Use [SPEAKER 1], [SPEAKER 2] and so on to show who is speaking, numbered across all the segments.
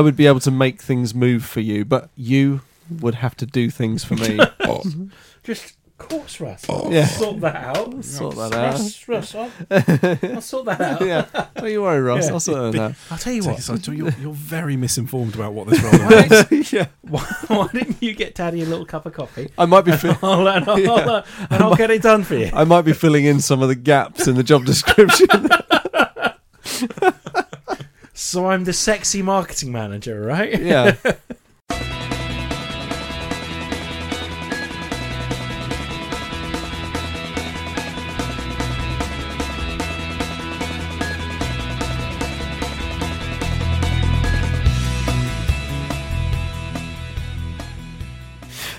[SPEAKER 1] I would be able to make things move for you, but you would have to do things for me.
[SPEAKER 2] Just corpse rust. I'll
[SPEAKER 1] Yeah.
[SPEAKER 2] Sort that out.
[SPEAKER 1] Sort that
[SPEAKER 2] Rust, rust. I'll, I'll sort that out.
[SPEAKER 1] yeah, don't you worry, Ross.
[SPEAKER 2] Yeah.
[SPEAKER 1] I'll sort that
[SPEAKER 2] I'll tell you
[SPEAKER 3] Take
[SPEAKER 2] what.
[SPEAKER 3] this, like, you're, you're very misinformed about what this role is.
[SPEAKER 2] Why don't,
[SPEAKER 1] out. yeah,
[SPEAKER 2] why don't you get Daddy a little cup of coffee?
[SPEAKER 1] I might be. Fi-
[SPEAKER 2] I'll, and I'll,
[SPEAKER 1] Yeah.
[SPEAKER 2] uh, and I'll get it done for you.
[SPEAKER 1] I might be filling in some of the gaps in the job description.
[SPEAKER 2] So I'm the sexy marketing manager, right?
[SPEAKER 1] yeah.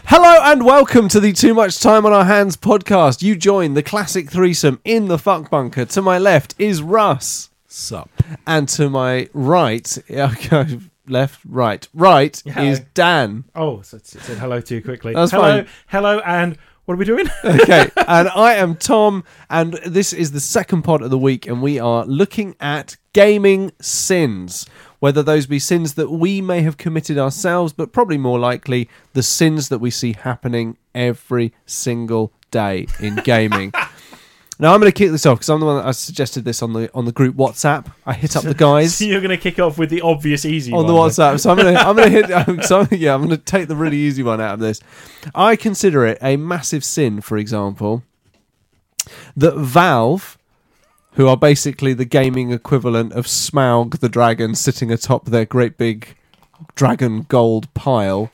[SPEAKER 1] Hello and welcome to the Too Much Time on Our Hands podcast. You join the classic threesome in the fuck bunker. To my left is Russ.
[SPEAKER 3] Sup.
[SPEAKER 1] And to my right, yeah, okay, left, right, right
[SPEAKER 2] Yeah.
[SPEAKER 1] is Dan.
[SPEAKER 2] Oh, so it said hello too quickly.
[SPEAKER 1] That's
[SPEAKER 2] hello,
[SPEAKER 1] fine.
[SPEAKER 2] hello, and what are we doing?
[SPEAKER 1] Okay, and I am Tom, and this is the second pod of the week, and we are looking at gaming sins. Whether those be sins that we may have committed ourselves, but probably more likely the sins that we see happening every single day in gaming. now I'm going to kick this off because I'm the one that I suggested this on the on the group WhatsApp. I hit up the guys.
[SPEAKER 2] So you're going to kick off with the obvious easy
[SPEAKER 1] on
[SPEAKER 2] one.
[SPEAKER 1] the
[SPEAKER 2] then.
[SPEAKER 1] WhatsApp. So I'm gonna I'm gonna hit um, so, yeah I'm gonna take the really easy one out of this. I consider it a massive sin, for example, that Valve, who are basically the gaming equivalent of Smaug the dragon sitting atop their great big dragon gold pile,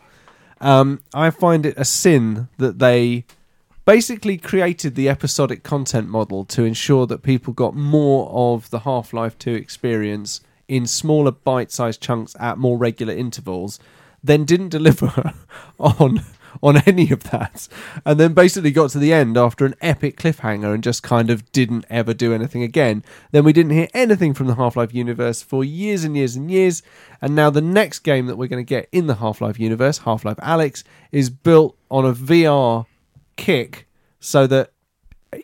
[SPEAKER 1] um, I find it a sin that they basically created the episodic content model to ensure that people got more of the Half Life 2 experience in smaller bite sized chunks at more regular intervals, then didn't deliver on. On any of that, and then basically got to the end after an epic cliffhanger and just kind of didn't ever do anything again. Then we didn't hear anything from the Half Life universe for years and years and years. And now the next game that we're going to get in the Half Life universe, Half Life Alex, is built on a VR kick so that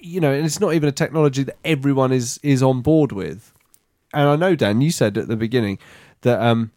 [SPEAKER 1] you know and it's not even a technology that everyone is is on board with and i know dan you said at the beginning that um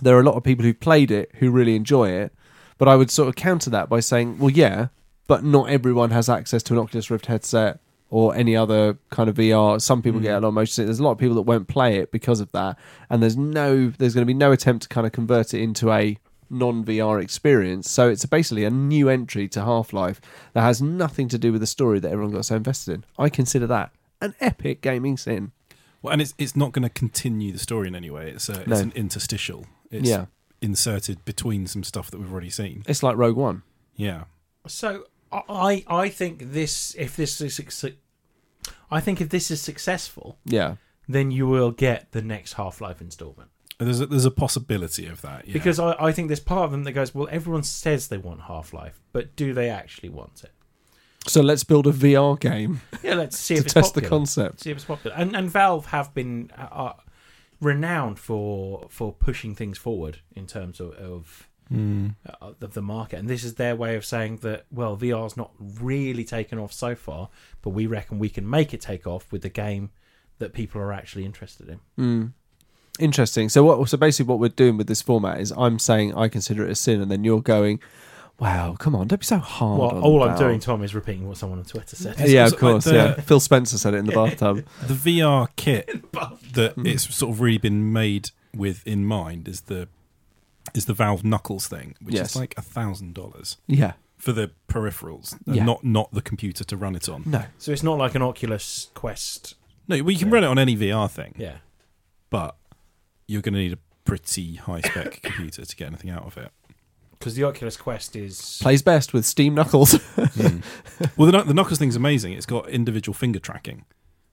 [SPEAKER 1] there are a lot of people who played it who really enjoy it but i would sort of counter that by saying well yeah but not everyone has access to an oculus rift headset or any other kind of VR, some people
[SPEAKER 2] Mm.
[SPEAKER 1] get a lot of motion sickness. There's a lot of people that won't play it because of that, and there's no, there's going to be no attempt to kind of convert it into a non VR experience. So it's basically a new entry to Half Life that has nothing to do with the story that everyone got so invested in. I consider that an epic gaming sin.
[SPEAKER 3] Well, and it's it's not going to continue the story in any way. It's a, it's
[SPEAKER 1] No.
[SPEAKER 3] an interstitial. It's
[SPEAKER 1] Yeah.
[SPEAKER 3] inserted between some stuff that we've already seen.
[SPEAKER 1] It's like Rogue One.
[SPEAKER 3] Yeah.
[SPEAKER 2] So I I think this if this is suc- I think if this is successful,
[SPEAKER 1] Yeah.
[SPEAKER 2] then you will get the next Half Life installment
[SPEAKER 3] There's a, there's a possibility of that. Yeah.
[SPEAKER 2] because I, I think there's part of them that goes well. Everyone says they want Half Life, but do they actually want it?
[SPEAKER 1] So let's build a VR game
[SPEAKER 2] Yeah, let's see
[SPEAKER 1] to
[SPEAKER 2] if it's
[SPEAKER 1] test the
[SPEAKER 2] popular.
[SPEAKER 1] concept.
[SPEAKER 2] See if it's popular. And and Valve have been uh, uh, renowned for for pushing things forward in terms of. of
[SPEAKER 1] Hmm.
[SPEAKER 2] uh, of the market, and this is their way of saying that well, VR's not really taken off so far, but we reckon we can make it take off with the game that people are actually interested in.
[SPEAKER 1] Interesting. So what? So basically, what we're doing with this format is I'm saying I consider it a sin, and then you're going, "Wow, come on, don't be so hard."
[SPEAKER 2] well,
[SPEAKER 1] on
[SPEAKER 2] all I'm
[SPEAKER 1] Valve."
[SPEAKER 2] doing, Tom, is repeating what someone on Twitter said.
[SPEAKER 1] Yeah,
[SPEAKER 3] It's
[SPEAKER 1] of course.
[SPEAKER 3] like the-
[SPEAKER 1] yeah, Phil Spencer said it in the bathtub.
[SPEAKER 3] the VR kit that it's sort of really been made with in mind is the is the Valve Knuckles thing, which
[SPEAKER 1] Yes.
[SPEAKER 3] is like a thousand dollars
[SPEAKER 1] Yeah,
[SPEAKER 3] for the peripherals, uh,
[SPEAKER 1] Yeah.
[SPEAKER 3] not not the computer to run it on.
[SPEAKER 1] no,
[SPEAKER 2] So it's not like an Oculus Quest.
[SPEAKER 3] No, well, you can run it on any VR thing,
[SPEAKER 2] Yeah.
[SPEAKER 3] but you're going to need a pretty high spec computer to get anything out of it.
[SPEAKER 2] Because the Oculus Quest is.
[SPEAKER 1] plays best with Steam Knuckles.
[SPEAKER 3] Well, the, knuck- the Knuckles thing's amazing. It's got individual finger tracking.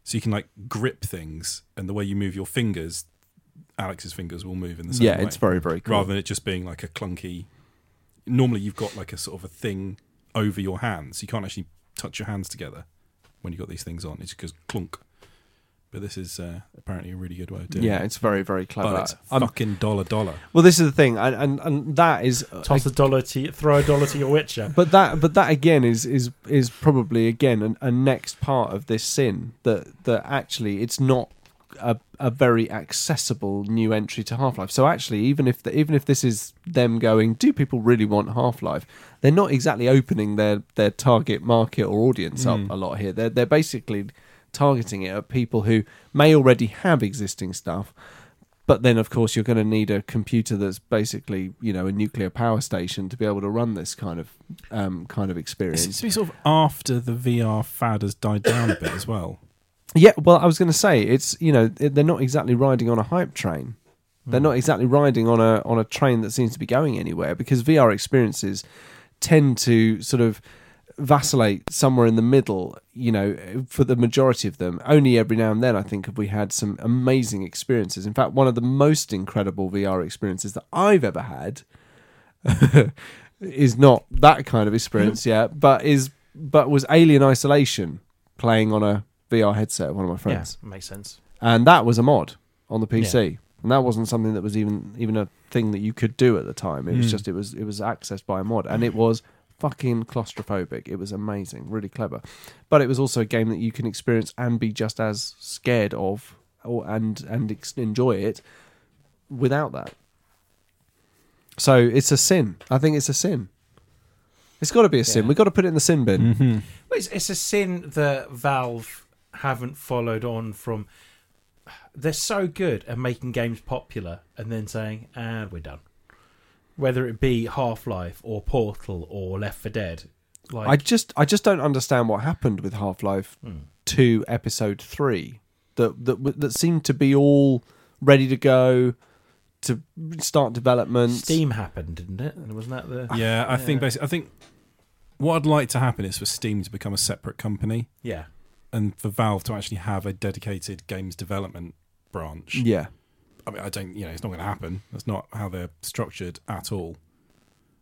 [SPEAKER 3] So you can like grip things, and the way you move your fingers, Alex's fingers will move in the same
[SPEAKER 1] yeah,
[SPEAKER 3] way.
[SPEAKER 1] it's very very cool.
[SPEAKER 3] Rather than it just being like a clunky. Normally, you've got like a sort of a thing over your hands. You can't actually touch your hands together when you've got these things on. It's just clunk. But this is uh, apparently a really good way of doing
[SPEAKER 1] yeah,
[SPEAKER 3] it.
[SPEAKER 1] it's very very
[SPEAKER 3] But
[SPEAKER 1] clever.
[SPEAKER 3] it's
[SPEAKER 1] I'm-
[SPEAKER 3] fucking dollar dollar.
[SPEAKER 1] well, this is the thing, and and, and that is
[SPEAKER 2] uh, Toss a dollar to throw a dollar to your Witcher.
[SPEAKER 1] but that but that again is is is probably again an, a next part of this sin that that actually it's not a, a very accessible new entry to Half Life. So actually, even if the, even if this is them going, do people really want Half Life? They're not exactly opening their their target market or audience up a lot here. They're they're basically targeting it at people who may already have existing stuff. But then, of course, you're going to need a computer that's basically, you know, a nuclear power station to be able to run this kind of um, kind of
[SPEAKER 3] It
[SPEAKER 1] experience.
[SPEAKER 3] seems to be sort of after the VR fad has died down a bit as well.
[SPEAKER 1] Yeah, well, I was going to say it's you know it- they're not exactly riding on a hype train. They're not exactly riding on a on a train that seems to be going anywhere because VR experiences tend to sort of vacillate somewhere in the middle. You know, for the majority of them, only every now and then I think have we had some amazing experiences. In fact, one of the most incredible VR experiences that I've ever had is not that kind of experience yet, but is but was Alien Isolation playing on a VR headset. with One of my friends
[SPEAKER 2] Yeah, makes sense.
[SPEAKER 1] and that was a mod on the PC, and that wasn't something that was even even a thing that you could do at the time. It was
[SPEAKER 3] Mm.
[SPEAKER 1] just it was it was accessed by a mod, and it was fucking claustrophobic. It was amazing, really clever, but it was also a game that you can experience and be just as scared of, or and and ex- enjoy it without that. So it's a sin. I think it's a sin. It's got to be a sin.
[SPEAKER 2] Yeah.
[SPEAKER 1] We've got to put it in the sin bin.
[SPEAKER 3] Mm-hmm.
[SPEAKER 2] Well, it's, it's a sin that Valve haven't followed on from. They're so good at making games popular and then saying, "And we're done." Whether it be Half Life or Portal or Left for Dead, like
[SPEAKER 1] I just I just don't understand what happened with Half Life Two Episode Three that that w- that seemed to be all ready to go to start development.
[SPEAKER 2] Steam happened, didn't it? And wasn't that the
[SPEAKER 3] Yeah, I think basically, I think what I'd like to happen is for Steam to become a separate company
[SPEAKER 2] yeah?
[SPEAKER 3] and for Valve to actually have a dedicated games development branch.
[SPEAKER 1] Yeah,
[SPEAKER 3] I mean, I don't, you know, it's not going to happen. That's not how they're structured at all.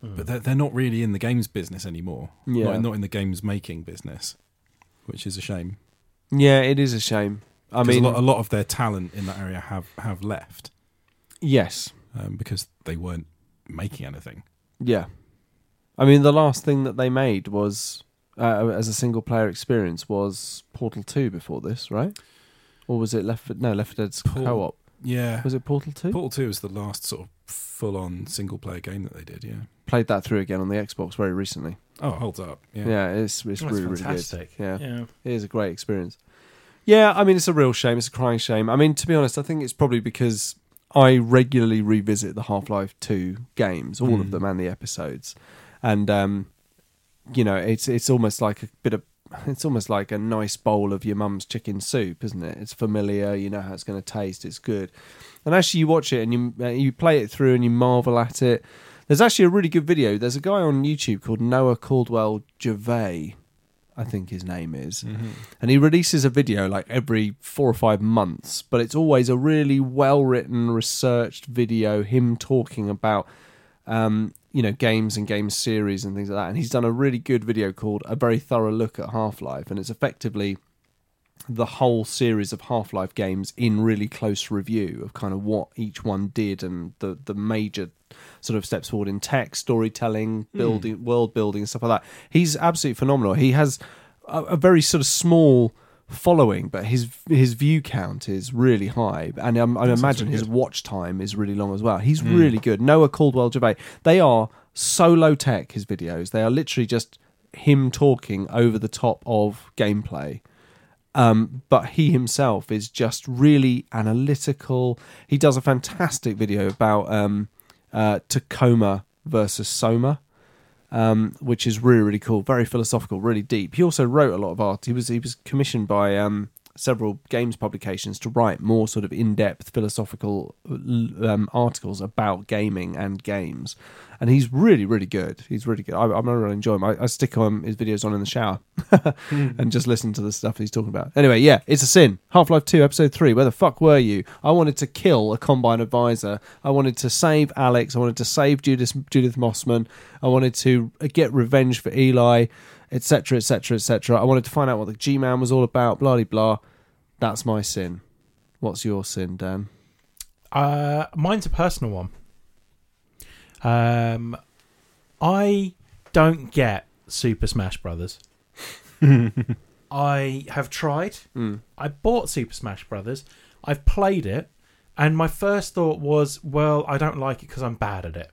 [SPEAKER 3] But they're, they're not really in the games business anymore.
[SPEAKER 1] Hmm. Yeah.
[SPEAKER 3] Not, not in the games making business, which is a shame.
[SPEAKER 1] yeah, it is a shame. I
[SPEAKER 3] 'Cause
[SPEAKER 1] mean,
[SPEAKER 3] a lot, a lot of their talent in that area have, have left
[SPEAKER 1] yes,
[SPEAKER 3] um, because they weren't making anything.
[SPEAKER 1] yeah. I mean, the last thing that they made was uh, as a single player experience was Portal Two before this, right? Or was it Left? 4 No, Left 4 Dead's
[SPEAKER 3] Port-
[SPEAKER 1] co-op.
[SPEAKER 3] Yeah.
[SPEAKER 1] Was it Portal Two?
[SPEAKER 3] Portal 2 is the last sort of full on single player game that they did, yeah.
[SPEAKER 1] Played that through again on the Xbox very recently.
[SPEAKER 3] Oh, it holds up. Yeah.
[SPEAKER 1] Yeah, it's it's
[SPEAKER 2] That's
[SPEAKER 1] really
[SPEAKER 2] fantastic.
[SPEAKER 1] really good. Yeah.
[SPEAKER 2] yeah.
[SPEAKER 1] It is a great experience. Yeah, I mean, it's a real shame. It's a crying shame. I mean, to be honest, I think it's probably because I regularly revisit the Half Life 2 games, all of
[SPEAKER 3] Mm.
[SPEAKER 1] them and the episodes. And, um, you know, it's it's almost like a bit of. It's almost like a nice bowl of your mum's chicken soup, isn't it? It's familiar, you know how it's going to taste, it's good. And actually, you watch it and you uh, you play it through and you marvel at it. There's actually a really good video. There's a guy on YouTube called Noah Caldwell Gervais, I think his name is, and he releases a video like every four or five months, but it's always a really well written, researched video, him talking about, um, you know, games and game series and things like that. And he's done a really good video called A Very Thorough Look at Half Life, and it's effectively the whole series of Half Life games in really close review of kind of what each one did and the, the major sort of steps forward in tech, storytelling, building, world building, and stuff like that. He's absolutely phenomenal. He has a, a very sort of small following, but his his view count is really high, and um, I imagine his watch time is really long as well. He's really good. Noah Caldwell Gervais. They are so low tech. His videos. They are literally just him talking over the top of gameplay um, but he himself is just really analytical. He does a fantastic video about um, uh, Tacoma versus Soma, um, which is really really cool, very philosophical, really deep. He also wrote a lot of art. He was he was commissioned by um, several games publications to write more sort of in depth philosophical l- um, articles about gaming and games, and he's really really good. He's really good. I, I'm really enjoying him. I, I stick on his videos on in the shower and just listen to the stuff he's talking about. Anyway, yeah, it's a sin. Half Life 2, Episode 3, where the fuck were you? I wanted to kill a Combine advisor. I wanted to save Alex. I wanted to save Judith, Judith Mossman. I wanted to uh, get revenge for Eli, etc., etc., etc. I wanted to find out what the G Man was all about, blah, blah, blah. That's my sin. What's your sin, Dan?
[SPEAKER 2] Uh, mine's a personal one. Um, I don't get Super Smash Brothers. I have tried. I bought Super Smash Brothers. I've played it, and my first thought was, well, I don't like it because I'm bad at it.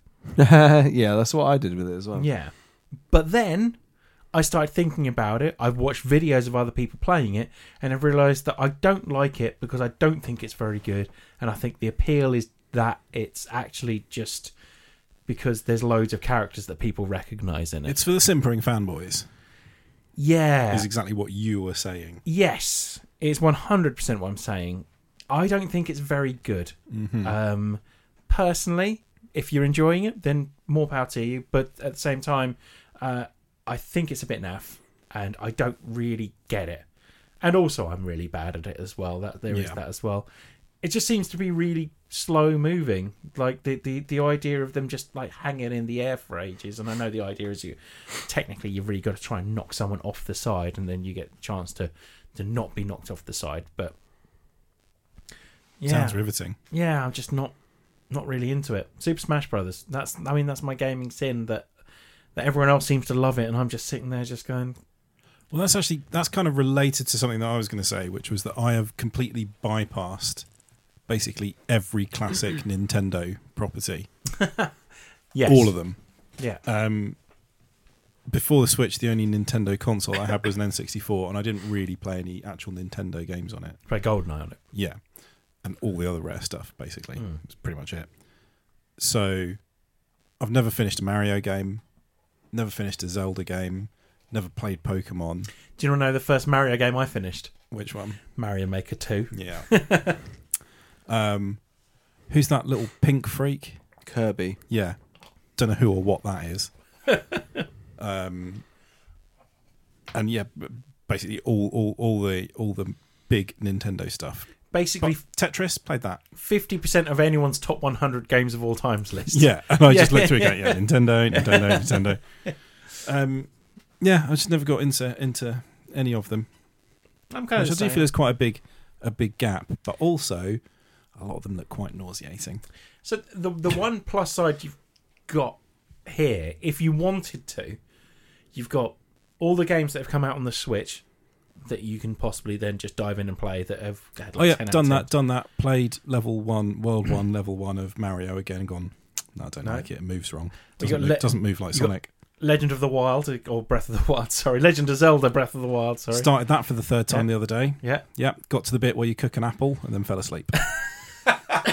[SPEAKER 1] yeah, that's what I did with it as well.
[SPEAKER 2] Yeah. But then I started thinking about it. I've watched videos of other people playing it, and I've realised that I don't like it because I don't think it's very good. And I think the appeal is that it's actually just because there's loads of characters that people recognise in it.
[SPEAKER 3] It's for the simpering fanboys.
[SPEAKER 2] yeah.
[SPEAKER 3] Is exactly what you were saying.
[SPEAKER 2] yes. It's 100% what I'm saying. I don't think it's very good.
[SPEAKER 3] Mm-hmm.
[SPEAKER 2] Um, personally, if you're enjoying it, then more power to you. But at the same time, uh, I think it's a bit naff, and I don't really get it. And also, I'm really bad at it as well. That there is
[SPEAKER 3] Yeah.
[SPEAKER 2] that as well. It just seems to be really slow moving. Like the, the the idea of them just like hanging in the air for ages. And I know the idea is you technically you've really got to try and knock someone off the side, and then you get a chance to to not be knocked off the side. But
[SPEAKER 3] Sounds riveting.
[SPEAKER 2] yeah, I'm just not not really into it. Super Smash Brothers. That's I mean that's my gaming sin that that everyone else seems to love it, and I'm just sitting there just going,
[SPEAKER 3] Well, that's actually that's kind of related to something that I was going to say, which was that I have completely bypassed basically every classic Nintendo property,
[SPEAKER 2] yes,
[SPEAKER 3] all of them.
[SPEAKER 2] Yeah,
[SPEAKER 3] Um, before the Switch, the only Nintendo console I had was an N64, and I didn't really play any actual Nintendo games on it.
[SPEAKER 2] play Goldeneye on it.
[SPEAKER 3] Yeah, and all the other rare stuff basically.
[SPEAKER 2] Mm.
[SPEAKER 3] It's pretty much it. So, I've never finished a Mario game, never finished a Zelda game, never played Pokemon.
[SPEAKER 2] Do you want to know the first Mario game I finished?
[SPEAKER 3] Which one?
[SPEAKER 2] Mario Maker Two.
[SPEAKER 3] Yeah. um, who's that little pink freak?
[SPEAKER 1] Kirby.
[SPEAKER 3] Yeah, don't know who or what that is. um, and yeah, b- basically all all all the all the big Nintendo stuff.
[SPEAKER 2] Basically,
[SPEAKER 3] But Tetris played that.
[SPEAKER 2] fifty percent of anyone's top 100 games of all times list.
[SPEAKER 3] Yeah, and I just
[SPEAKER 2] Yeah.
[SPEAKER 3] looked through it going, yeah, Nintendo, Nintendo, Nintendo. Um, yeah, I just never got into into any of them.
[SPEAKER 2] I'm kind of.
[SPEAKER 3] which I
[SPEAKER 2] the
[SPEAKER 3] do
[SPEAKER 2] same.
[SPEAKER 3] feel is quite a big a big gap, but also a lot of them look quite nauseating.
[SPEAKER 2] So the the one plus side you've got here, if you wanted to, you've got all the games that have come out on the Switch that you can possibly then just dive in and play that have had like
[SPEAKER 3] oh yeah,
[SPEAKER 2] 10 out
[SPEAKER 3] done
[SPEAKER 2] of
[SPEAKER 3] that, done that. Played level one, world one, level one of Mario again. and Gone. No, I don't
[SPEAKER 2] No.
[SPEAKER 3] like it. It moves wrong.
[SPEAKER 2] You
[SPEAKER 3] Doesn't,
[SPEAKER 2] got
[SPEAKER 3] look-
[SPEAKER 2] le-
[SPEAKER 3] doesn't move like
[SPEAKER 2] you got-
[SPEAKER 3] Sonic.
[SPEAKER 2] 10. Legend of the Wild or Breath of the Wild, sorry, Legend of Zelda Breath of the Wild, sorry.
[SPEAKER 3] Started that for the third time the other day.
[SPEAKER 2] Yeah.
[SPEAKER 3] Yeah, got to the bit where you cook an apple and then fell asleep.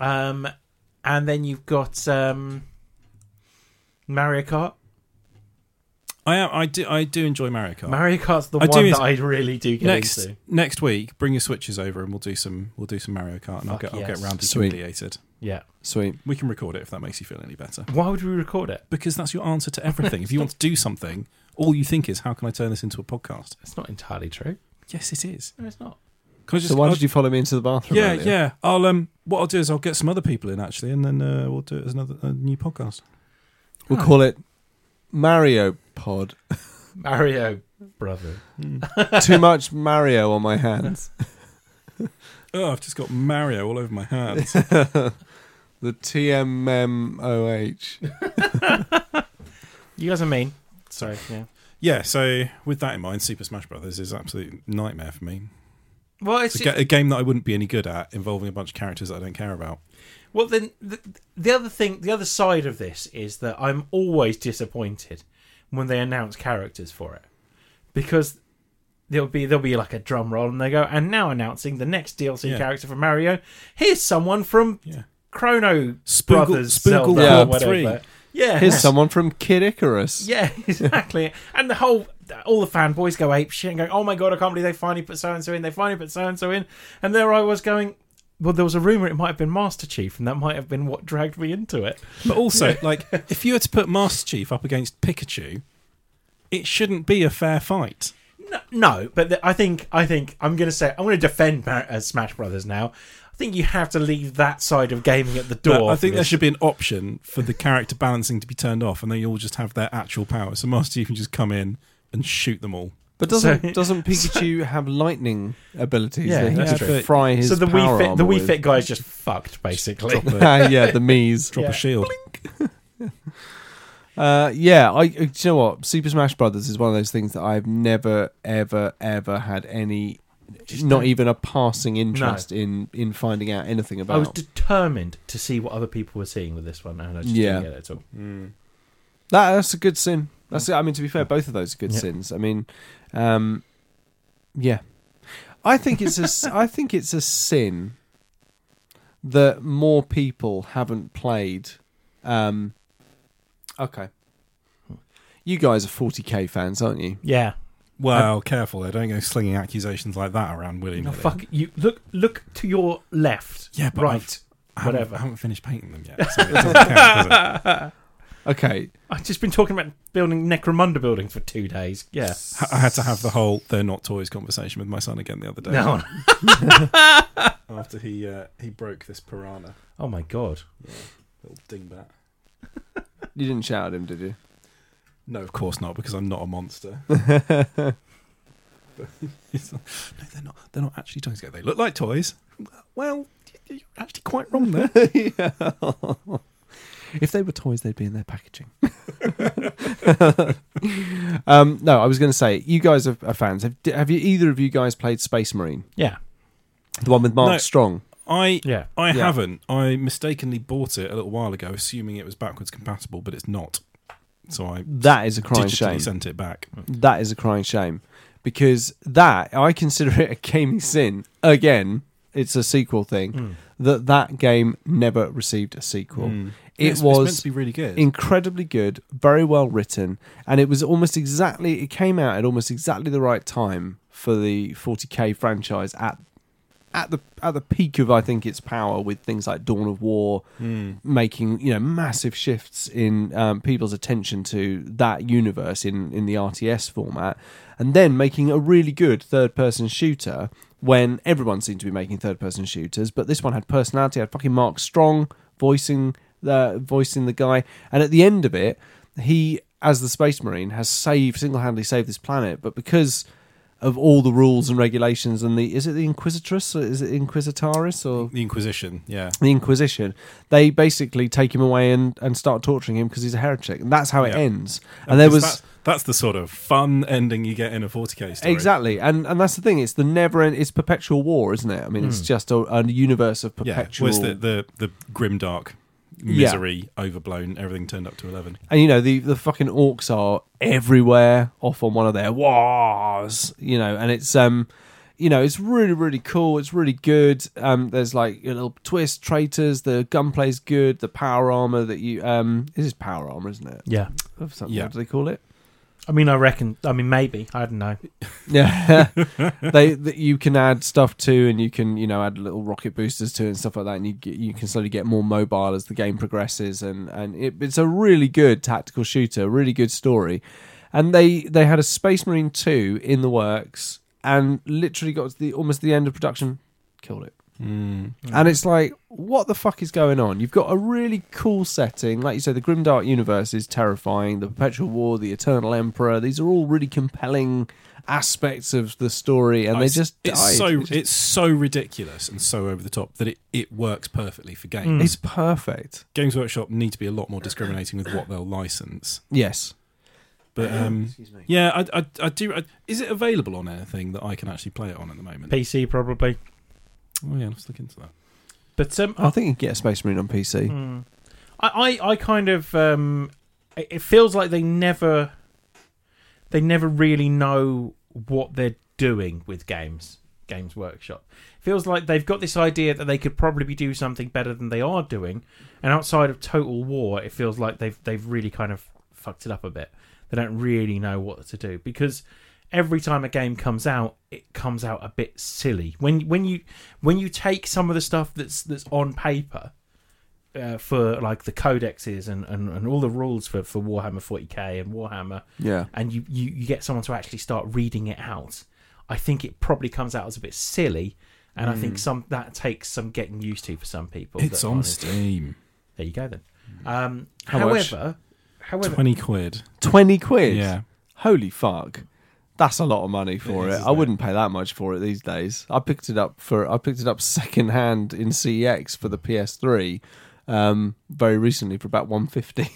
[SPEAKER 2] Um and then you've got um Mario Kart.
[SPEAKER 3] I am. I do. I do enjoy Mario Kart.
[SPEAKER 2] Mario Kart's the
[SPEAKER 3] I do
[SPEAKER 2] one
[SPEAKER 3] is-
[SPEAKER 2] that I really do get
[SPEAKER 3] next
[SPEAKER 2] into.
[SPEAKER 3] next week, bring your switches over and we'll do some. We'll do some Mario Kart and I'll
[SPEAKER 2] Fuck
[SPEAKER 3] get. I'll
[SPEAKER 2] yes.
[SPEAKER 3] get round to
[SPEAKER 1] Sweet.
[SPEAKER 3] humiliated.
[SPEAKER 2] Yeah.
[SPEAKER 1] Sweet.
[SPEAKER 3] We can record it if that makes you feel any better.
[SPEAKER 2] Why would we record it?
[SPEAKER 3] Because that's your answer to everything. if you want to do something, all you think is how can I turn this into a podcast?
[SPEAKER 2] It's not entirely true.
[SPEAKER 3] Yes, it is.
[SPEAKER 2] No, it's not.
[SPEAKER 3] Can I just?
[SPEAKER 1] So why
[SPEAKER 3] I'll
[SPEAKER 1] did you follow me into the bathroom?
[SPEAKER 3] Yeah,
[SPEAKER 1] earlier?
[SPEAKER 3] yeah. I'll um. What I'll do is I'll get some other people in actually, and then uh, we'll do it as another a new podcast.
[SPEAKER 1] We'll
[SPEAKER 2] Oh.
[SPEAKER 1] call it Mario Pod.
[SPEAKER 2] Mario brother.
[SPEAKER 1] Too much Mario on my hands.
[SPEAKER 3] Oh, I've just got Mario all over my hands.
[SPEAKER 1] The TMMOH.
[SPEAKER 2] You guys are mean. Sorry. Yeah.
[SPEAKER 3] yeah. So with that in mind, Super Smash Brothers is an absolute nightmare for me.
[SPEAKER 2] Well, it's
[SPEAKER 3] It's a, ga- a game that I wouldn't be any good at, involving a bunch of characters that I don't care about.
[SPEAKER 2] well. Then the, the other thing, the other side of this is that I'm always disappointed when they announce characters for it because there'll be there'll be like a drum roll and they go and now announcing the next DLC
[SPEAKER 3] Yeah.
[SPEAKER 2] character for Mario. Here's someone from
[SPEAKER 3] Yeah.
[SPEAKER 2] Chrono
[SPEAKER 3] Spoogle-
[SPEAKER 2] Brothers
[SPEAKER 3] Spoogle
[SPEAKER 2] Zelda
[SPEAKER 1] Corp
[SPEAKER 2] or whatever.
[SPEAKER 3] 3.
[SPEAKER 2] Yeah.
[SPEAKER 1] Here's someone from Kid Icarus.
[SPEAKER 2] Yeah, exactly. and the whole, all the fanboys go ape shit and go, "Oh my god, I can't believe they finally put so and so in. They finally put so and so in." And there I was going, "Well, there was a rumor it might have been Master Chief, and that might have been what dragged me into it."
[SPEAKER 3] But also, like, if you were to put Master Chief up against Pikachu, it shouldn't be a fair fight.
[SPEAKER 2] No, no but th- I think I think I'm going to say I'm going to defend Mar- uh, Smash Brothers now. I think you have to leave that side of gaming at the door.
[SPEAKER 3] But I think
[SPEAKER 2] for
[SPEAKER 3] there
[SPEAKER 2] this.
[SPEAKER 3] should be an option for the character balancing to be turned off, and they all just have their actual power. So Master Chief can just come in and shoot them all.
[SPEAKER 1] But doesn't
[SPEAKER 2] So-
[SPEAKER 1] doesn't Pikachu have lightning abilities?
[SPEAKER 2] Yeah,
[SPEAKER 1] that he
[SPEAKER 2] that's
[SPEAKER 1] can
[SPEAKER 3] true.
[SPEAKER 1] just fry his
[SPEAKER 2] so the
[SPEAKER 1] power
[SPEAKER 2] Wii Fit, the
[SPEAKER 1] armor
[SPEAKER 2] Wii
[SPEAKER 1] with?
[SPEAKER 2] Fit guy is just fucked basically.
[SPEAKER 3] Drop a,
[SPEAKER 1] Ah, yeah, the Mii's.
[SPEAKER 3] drop
[SPEAKER 2] Yeah.
[SPEAKER 3] a shield.
[SPEAKER 1] Uh, yeah, I do you know what Super Smash Brothers is one of those things that I've never, ever, ever had any, not even a passing interest in in finding out anything about.
[SPEAKER 2] I was determined to see what other people were seeing with this one, and I just
[SPEAKER 1] Yeah.
[SPEAKER 2] didn't get it at all.
[SPEAKER 1] That, that's a good sin. That's I mean to be fair, both of those are good
[SPEAKER 2] Yeah.
[SPEAKER 1] sins. I mean, um, yeah, I think it's a s- I think it's a sin that more people haven't played. Um, okay, you guys are forty k fans, aren't you?
[SPEAKER 2] Yeah,
[SPEAKER 3] Well, careful there. Don't go slinging accusations like that around willy
[SPEAKER 2] No, fuck you. Look, look to your left.
[SPEAKER 3] Yeah, but
[SPEAKER 2] right.
[SPEAKER 3] I haven't,
[SPEAKER 2] whatever.
[SPEAKER 3] I haven't finished painting them yet. So it doesn't count, does
[SPEAKER 1] Okay,
[SPEAKER 2] I've just been talking about building Necromunda building for two days. Yeah.
[SPEAKER 3] it? I had to have the whole "they're not toys" conversation with my son again the other day.
[SPEAKER 2] No.
[SPEAKER 3] After he uh, he broke this piranha,
[SPEAKER 2] Oh my god.
[SPEAKER 3] little dingbat.
[SPEAKER 1] you didn't shout at him, did you?
[SPEAKER 3] No, of course not, because I'm not a monster. But it's like, no, they're not. They're not actually toys. Go, They look like toys. Well, you're actually quite wrong there.
[SPEAKER 1] If they were toys, they'd be in their packaging. um, no, I was going to say, you guys are, are fans. Have, have you either of you guys played Space Marine,
[SPEAKER 2] Yeah.
[SPEAKER 1] the one with Mark
[SPEAKER 3] No.
[SPEAKER 1] Strong?
[SPEAKER 3] I
[SPEAKER 2] Yeah.
[SPEAKER 3] I
[SPEAKER 1] Yeah.
[SPEAKER 3] haven't. I mistakenly bought it a little while ago, assuming it was backwards compatible, but it's not. So I
[SPEAKER 1] That is a crying
[SPEAKER 3] digitally
[SPEAKER 1] shame.
[SPEAKER 3] sent it back.
[SPEAKER 1] That is a crying shame because that I consider it a gaming sin. Again, it's a sequel thing that that game never received a sequel. It
[SPEAKER 3] Hmm. It's- it's
[SPEAKER 1] was
[SPEAKER 3] meant to be really good.
[SPEAKER 1] incredibly good, very well written, and it was almost exactly it came out at almost exactly the right time for the 40k franchise at at the at the peak of I think its power with things like Dawn of War
[SPEAKER 3] Hmm.
[SPEAKER 1] making you know massive shifts in um, people's attention to that universe in in the RTS format, and then making a really good third person shooter when everyone seemed to be making third person shooters, but this one had personality. Had fucking Mark Strong voicing the voicing the guy, and at the end of it, he as the space marine has saved single handedly saved this planet, but because of all the rules and regulations and the is it the inquisitress or is it inquisitaris or
[SPEAKER 3] the Inquisition, yeah.
[SPEAKER 1] the Inquisition, they basically take him away and, and start torturing him because he's a heretic, and that's how it
[SPEAKER 3] Yeah.
[SPEAKER 1] ends. And there was
[SPEAKER 3] Because that's, that's the sort of fun ending you get in a 40k story.
[SPEAKER 1] exactly, and and that's the thing. It's the never end. It's perpetual war, isn't it? I mean, it's just a, a universe of
[SPEAKER 3] Hmm. Yeah.
[SPEAKER 1] perpetual.
[SPEAKER 3] Where's the the the grimdark
[SPEAKER 1] Yeah.
[SPEAKER 3] misery overblown? Everything turned up to eleven.
[SPEAKER 1] and you know the the fucking orcs are everywhere off on one of their wars you know and it's um you know it's really really cool it's really good um there's like a little twist traitors the gunplay's good the power armor that you um this is power armor isn't it
[SPEAKER 2] Yeah.
[SPEAKER 1] Or something
[SPEAKER 3] Yeah.
[SPEAKER 1] what do they call it
[SPEAKER 2] I mean, I reckon. I mean, maybe. I don't know.
[SPEAKER 1] yeah they that you can add stuff to and you can you know add little rocket boosters to and stuff like that and you get, you can slowly get more mobile as the game progresses and and it, it's a really good tactical shooter really good story and they they had a space marine 2 in the works and literally got to the almost the end of production killed it and it's like, what the fuck is going on? You've got a really cool setting. Like you said, the Grimdark universe is terrifying. The Perpetual War, the Eternal Emperor, these are all really compelling aspects of the story, and they
[SPEAKER 3] Oh, It's-
[SPEAKER 1] just
[SPEAKER 3] it's
[SPEAKER 1] died.
[SPEAKER 3] so
[SPEAKER 1] It just-
[SPEAKER 3] it's so ridiculous and so over the top that it, it works perfectly for games.
[SPEAKER 1] Mm. it's perfect.
[SPEAKER 3] Games Workshop need to be a lot more discriminating with what they'll license.
[SPEAKER 1] Yes.
[SPEAKER 3] But um, yeah, I, I, I do. I, is it available on anything that I can actually play it on at the moment?
[SPEAKER 2] PC probably.
[SPEAKER 3] oh yeah, let's look into that.
[SPEAKER 2] But um,
[SPEAKER 1] I think you can get a Space Marine on PC.
[SPEAKER 3] Hmm.
[SPEAKER 2] Mm. I, I, I kind of um, it it feels like they never they never really know what they're doing with games games workshop feels like they've got this idea that they could probably do something better than they are doing and outside of total war it feels like they've they've really kind of fucked it up a bit they don't really know what to do because every time a game comes out it comes out a bit silly when when you when you take some of the stuff that's that's on paper uh, for like the codexes and, and, and all the rules for, for Warhammer 40k and Warhammer,
[SPEAKER 1] Yeah.
[SPEAKER 2] and you, you, you get someone to actually start reading it out, I think it probably comes out as a bit silly. And I think some that takes some getting used to for some people.
[SPEAKER 3] It's
[SPEAKER 2] that
[SPEAKER 3] on
[SPEAKER 2] aren't-
[SPEAKER 3] Steam.
[SPEAKER 2] There you go then. Um,
[SPEAKER 1] How much?
[SPEAKER 2] however, however,
[SPEAKER 3] Twenty quid.
[SPEAKER 1] 20 quid?
[SPEAKER 3] Yeah.
[SPEAKER 1] Holy fuck. That's a lot of money for
[SPEAKER 3] It
[SPEAKER 1] it.
[SPEAKER 3] is, isn't
[SPEAKER 1] I
[SPEAKER 3] it?
[SPEAKER 1] wouldn't pay that much for it these days. I picked it up for I picked it up second hand in E CEX for the PS3 um, very recently for about 150.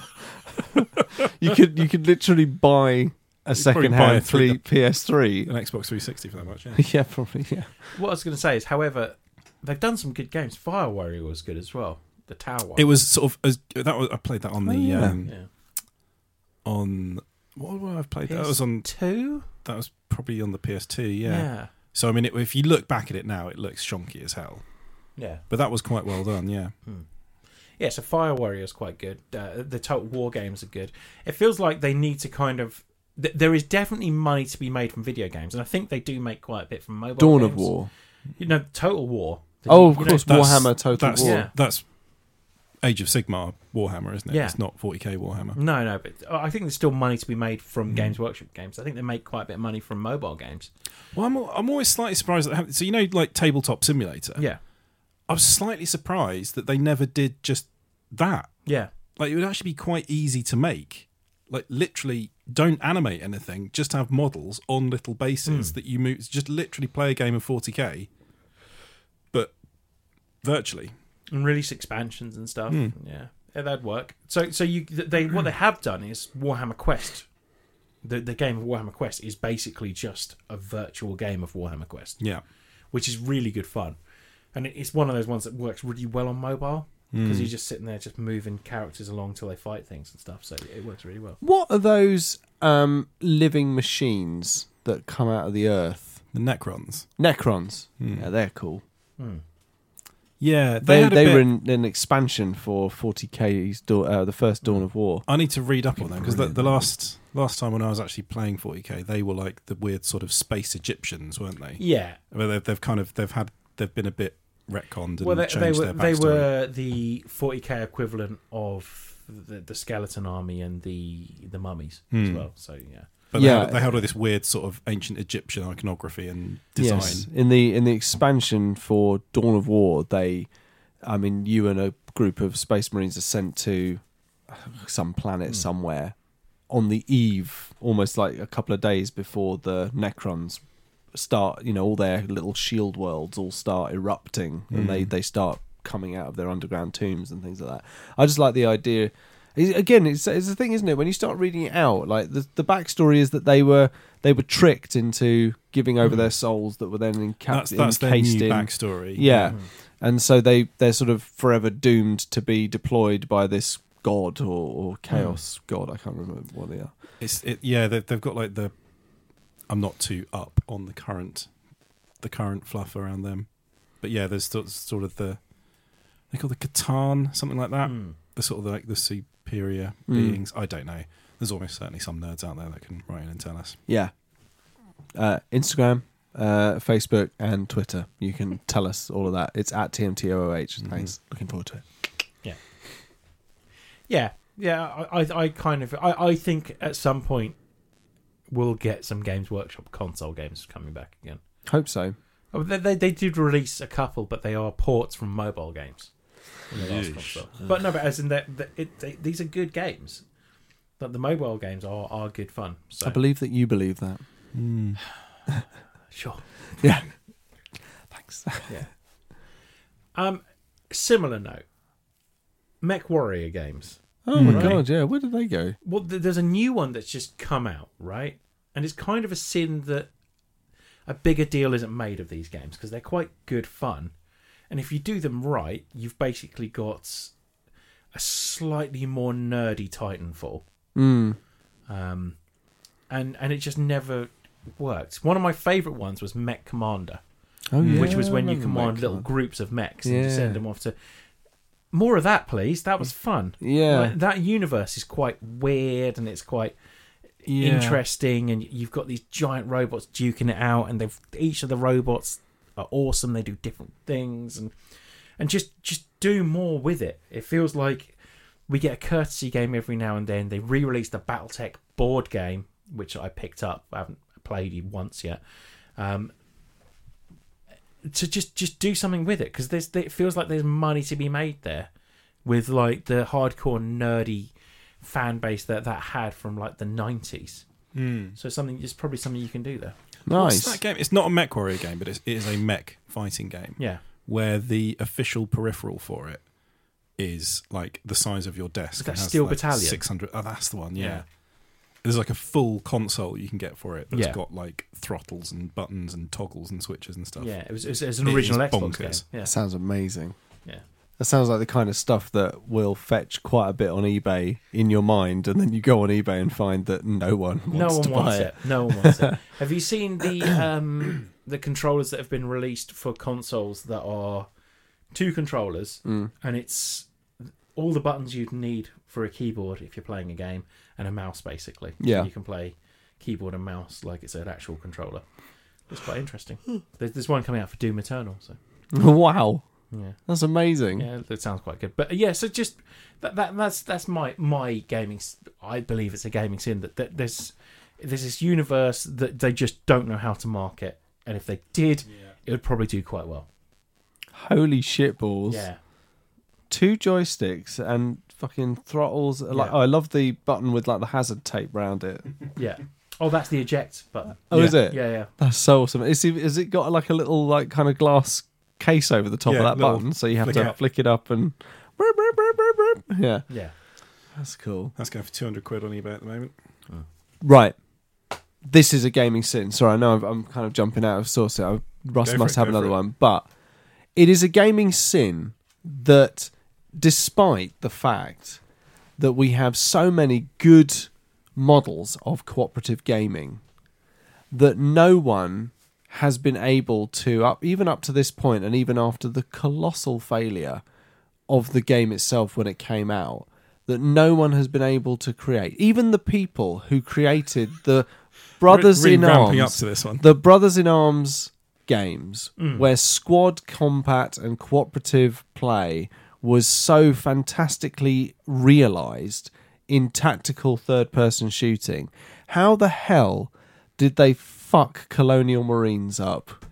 [SPEAKER 1] you could you could literally buy a
[SPEAKER 3] probably
[SPEAKER 1] second
[SPEAKER 3] buy a
[SPEAKER 1] hand
[SPEAKER 3] three-
[SPEAKER 1] three PS3.
[SPEAKER 3] An Xbox 360 for that much. Yeah.
[SPEAKER 1] yeah, probably. Yeah.
[SPEAKER 2] What I was going to say is, however, they've done some good games. Fire Warrior was good as well. The Tower one.
[SPEAKER 3] It was sort of as that was, I played that on the
[SPEAKER 1] Oh, yeah.
[SPEAKER 3] um,
[SPEAKER 2] yeah.
[SPEAKER 3] on what would I have played? That
[SPEAKER 2] PS2?
[SPEAKER 3] was on
[SPEAKER 2] two.
[SPEAKER 3] that was probably on the PS2. Yeah. So I mean, it, if you look back at it now, it looks shonky as hell.
[SPEAKER 2] yeah,
[SPEAKER 3] But that was quite well done. Yeah.
[SPEAKER 2] yeah. So Fire Warrior is quite good. Uh, the Total War games are good. It feels like they need to kind of. Th- there is definitely money to be made from video games, and I think they do make quite a bit from mobile.
[SPEAKER 1] Dawn of
[SPEAKER 2] games.
[SPEAKER 1] War.
[SPEAKER 2] You know, Total War.
[SPEAKER 1] Oh, of
[SPEAKER 2] You know,
[SPEAKER 1] course,
[SPEAKER 3] That's-
[SPEAKER 1] Warhammer Total
[SPEAKER 3] that's,
[SPEAKER 1] War.
[SPEAKER 2] Yeah.
[SPEAKER 3] That's Age of Sigmar Warhammer, isn't it?
[SPEAKER 2] Yeah. Mm-hmm.
[SPEAKER 3] It's not 40k Warhammer.
[SPEAKER 2] No, no, but uh, I think there's still money to be made
[SPEAKER 1] Mm-hmm.
[SPEAKER 2] from Games Workshop games. I think they make quite a bit of money from mobile games.
[SPEAKER 3] Well, I'm, al- I'm always slightly surprised that they haven't. So you know, like Tabletop Simulator.
[SPEAKER 2] Yeah,
[SPEAKER 3] I was slightly surprised that they never did just that.
[SPEAKER 2] yeah,
[SPEAKER 3] Like it would actually be quite easy to make. Like literally, don't animate anything. Just have models on little
[SPEAKER 2] Hmm.
[SPEAKER 3] bases that you move. Just literally play a game of 40k, but virtually.
[SPEAKER 2] and release expansions and stuff.
[SPEAKER 1] Hmm.
[SPEAKER 2] Yeah. yeah, that'd work. So, so you they what they have done is Warhammer Quest. The the game of Warhammer Quest is basically just a virtual game of Warhammer Quest,
[SPEAKER 3] Yeah.
[SPEAKER 2] which is really good fun, and it- it's one of those ones that works really well on mobile because
[SPEAKER 3] Hmm.
[SPEAKER 2] you're just sitting there just moving characters along till they fight things and stuff. So it works really well.
[SPEAKER 1] What are those um, living machines that come out of the earth?
[SPEAKER 3] The Necrons. Hmm.
[SPEAKER 1] Necrons. Yeah, they're cool.
[SPEAKER 3] Yeah, they,
[SPEAKER 1] They
[SPEAKER 3] had a
[SPEAKER 1] they
[SPEAKER 3] bit-
[SPEAKER 1] were in an expansion for 40k's Dawn- uh, the first Dawn of War.
[SPEAKER 3] I need to read up on them because the,
[SPEAKER 1] Brilliant.
[SPEAKER 3] the last last time when I was actually playing 40k, they were like the weird sort of space Egyptians, weren't they?
[SPEAKER 2] Yeah,
[SPEAKER 3] Well, they've, they've kind of they've had they've been a bit retconned and
[SPEAKER 2] well, they, they
[SPEAKER 3] changed
[SPEAKER 2] were
[SPEAKER 3] their
[SPEAKER 2] they
[SPEAKER 3] backstory.
[SPEAKER 2] were the 40k equivalent of the, the skeleton army and the the mummies as
[SPEAKER 3] Hmm.
[SPEAKER 2] well. So yeah,
[SPEAKER 3] but they
[SPEAKER 1] Yeah.
[SPEAKER 3] had- they had all this weird sort of ancient Egyptian iconography and design.
[SPEAKER 1] Yes, in the in the expansion for Dawn of War, they, I mean, you and a group of Space Marines are sent to uh, some
[SPEAKER 3] Hmm.
[SPEAKER 1] planet somewhere on the eve, almost like a couple of days before the Necrons start. You know, all their little shield worlds all start erupting, and
[SPEAKER 3] Hmm.
[SPEAKER 1] they they start coming out of their underground tombs and things like that. I just like the idea. It- Again, it's it's the thing, isn't it? When you start reading it out, like the the backstory is that they were they were tricked into giving over their souls that were then enca-
[SPEAKER 3] Hmm. That's that's their
[SPEAKER 1] encased
[SPEAKER 3] new
[SPEAKER 1] in
[SPEAKER 3] backstory. Hmm.
[SPEAKER 1] yeah. And so they they're sort of forever doomed to be deployed by this god or, or
[SPEAKER 3] Hmm.
[SPEAKER 1] chaos god. I can't remember what they are.
[SPEAKER 3] it's it, yeah they've, they've got like the. I'm not too up on the current, the current fluff around them, but yeah, there's sort sort of the, they call the Catan something like that.
[SPEAKER 2] Mm.
[SPEAKER 3] the sort of like the superior
[SPEAKER 1] Mm.
[SPEAKER 3] beings. I don't know. There's almost certainly some nerds out there that can write in and tell us.
[SPEAKER 1] Yeah. Uh, Instagram, uh, Facebook, and Twitter. You can tell us all of that. It's at TMTOOH.
[SPEAKER 3] Mm-hmm.
[SPEAKER 1] Thanks. Looking forward to it.
[SPEAKER 2] yeah, yeah. I I, I kind of I, I think at some point we'll get some Games Workshop console games coming back again.
[SPEAKER 1] Hope so.
[SPEAKER 2] Oh, they, they they did release a couple, but they are ports from mobile games. in the last console. But no, but as in that, that it, they, these are good games. But the mobile games are, are good fun. So
[SPEAKER 1] I believe that you believe that.
[SPEAKER 2] sure.
[SPEAKER 1] Yeah. Thanks.
[SPEAKER 2] Yeah. Um, similar note. Mech Warrior games.
[SPEAKER 1] Oh my god, yeah. Where did they go?
[SPEAKER 2] Well, th- there's a new one that's just come out, right? And it's kind of a sin that a bigger deal isn't made of these games because they're quite good fun. And if you do them right, you've basically got a slightly more nerdy Titanfall.
[SPEAKER 1] Mm.
[SPEAKER 2] Um, and and it just never worked. One of my favourite ones was Mech Commander
[SPEAKER 1] Oh yeah.
[SPEAKER 2] which was when
[SPEAKER 1] I
[SPEAKER 2] you
[SPEAKER 1] remember
[SPEAKER 2] command
[SPEAKER 1] that
[SPEAKER 2] little
[SPEAKER 1] card.
[SPEAKER 2] groups of mechs and you
[SPEAKER 1] Yeah.
[SPEAKER 2] send them off to. More of that, please. That was fun.
[SPEAKER 1] Yeah.
[SPEAKER 2] Like, that universe is quite weird and it's quite
[SPEAKER 3] Yeah.
[SPEAKER 2] interesting. And you've got these giant robots duking it out, and they've each of the robots are awesome. They do different things, and and just just do more with it. It feels like we get a courtesy game every now and then. They re-release the BattleTech board game, which I picked up. I haven't played it once yet. Um, to just just do something with it because there's it feels like there's money to be made there with like the hardcore nerdy fan base that that had from like the 90s so something it's probably something you can do there
[SPEAKER 3] What's
[SPEAKER 1] Hmm. nice.
[SPEAKER 3] that game? It's not a mech warrior game, but it's, it is a mech fighting game
[SPEAKER 2] yeah
[SPEAKER 3] where the official peripheral for it is like the size of your desk.
[SPEAKER 2] Is that Steel Battalion?
[SPEAKER 3] Six hundred. Oh, that's the one. Yeah.
[SPEAKER 2] Yeah.
[SPEAKER 3] There's like a full console you can get for it that's
[SPEAKER 2] Yeah.
[SPEAKER 3] got like throttles and buttons and toggles and switches and stuff.
[SPEAKER 2] Yeah, it was, it was, it was
[SPEAKER 3] It
[SPEAKER 2] an
[SPEAKER 3] is
[SPEAKER 2] original Xbox
[SPEAKER 3] bonkers.
[SPEAKER 2] game. Yeah.
[SPEAKER 1] That sounds amazing.
[SPEAKER 2] Yeah.
[SPEAKER 1] That sounds like the kind of stuff that will fetch quite a bit on eBay in your mind, and then you go on eBay and find that no one wants
[SPEAKER 2] no one
[SPEAKER 1] to buy
[SPEAKER 2] wants it. No one wants it. Have you seen the um, the controllers that have been released for consoles that are two controllers
[SPEAKER 1] Mm.
[SPEAKER 2] and it's all the buttons you'd need for a keyboard if you're playing a game and a mouse basically.
[SPEAKER 1] Yeah.
[SPEAKER 2] you can play keyboard and mouse like it's an actual controller. It's quite interesting. There's, there's one coming out for Doom Eternal, so
[SPEAKER 1] wow,
[SPEAKER 2] yeah.
[SPEAKER 1] that's amazing.
[SPEAKER 2] Yeah, that sounds quite good. But uh, yeah, so just that, that that's that's my my gaming. s- I believe it's a gaming sin that, that there's there's this universe that they just don't know how to market, and if they did, it would probably do quite well.
[SPEAKER 1] Holy shit balls!
[SPEAKER 2] Yeah,
[SPEAKER 1] Two joysticks and fucking throttles. Like,
[SPEAKER 2] Yeah.
[SPEAKER 1] oh, I love the button with like the hazard tape round it.
[SPEAKER 2] yeah. Oh, that's the eject button.
[SPEAKER 1] Oh, is
[SPEAKER 2] Yeah,
[SPEAKER 1] it?
[SPEAKER 2] Yeah, yeah.
[SPEAKER 1] That's so awesome. Is it, is it got like a little like kind of glass case over the top
[SPEAKER 3] Yeah,
[SPEAKER 1] of that
[SPEAKER 3] little
[SPEAKER 1] button, so you have
[SPEAKER 3] flick
[SPEAKER 1] to
[SPEAKER 3] out.
[SPEAKER 1] flick it up and. burp, burp, burp, burp, burp. Yeah,
[SPEAKER 2] Yeah,
[SPEAKER 1] that's cool.
[SPEAKER 3] That's going for two hundred quid on eBay at the moment.
[SPEAKER 1] Right. This is a gaming sin. Sorry, I know I've, I'm kind of jumping out of source here. I- Russ
[SPEAKER 3] Go for
[SPEAKER 1] must
[SPEAKER 3] it,
[SPEAKER 1] have
[SPEAKER 3] go
[SPEAKER 1] another
[SPEAKER 3] for it.
[SPEAKER 1] one. But it is a gaming sin that, despite the fact that we have so many good models of cooperative gaming, that no one has been able to up even up to this point and even after the colossal failure of the game itself when it came out that no one has been able to create even the people who created the brothers
[SPEAKER 3] really
[SPEAKER 1] in arms
[SPEAKER 3] ramping up to this one. Mm.
[SPEAKER 1] the brothers in arms games where squad combat and cooperative play was so fantastically realized in tactical third person shooting how the hell did they fuck colonial marines up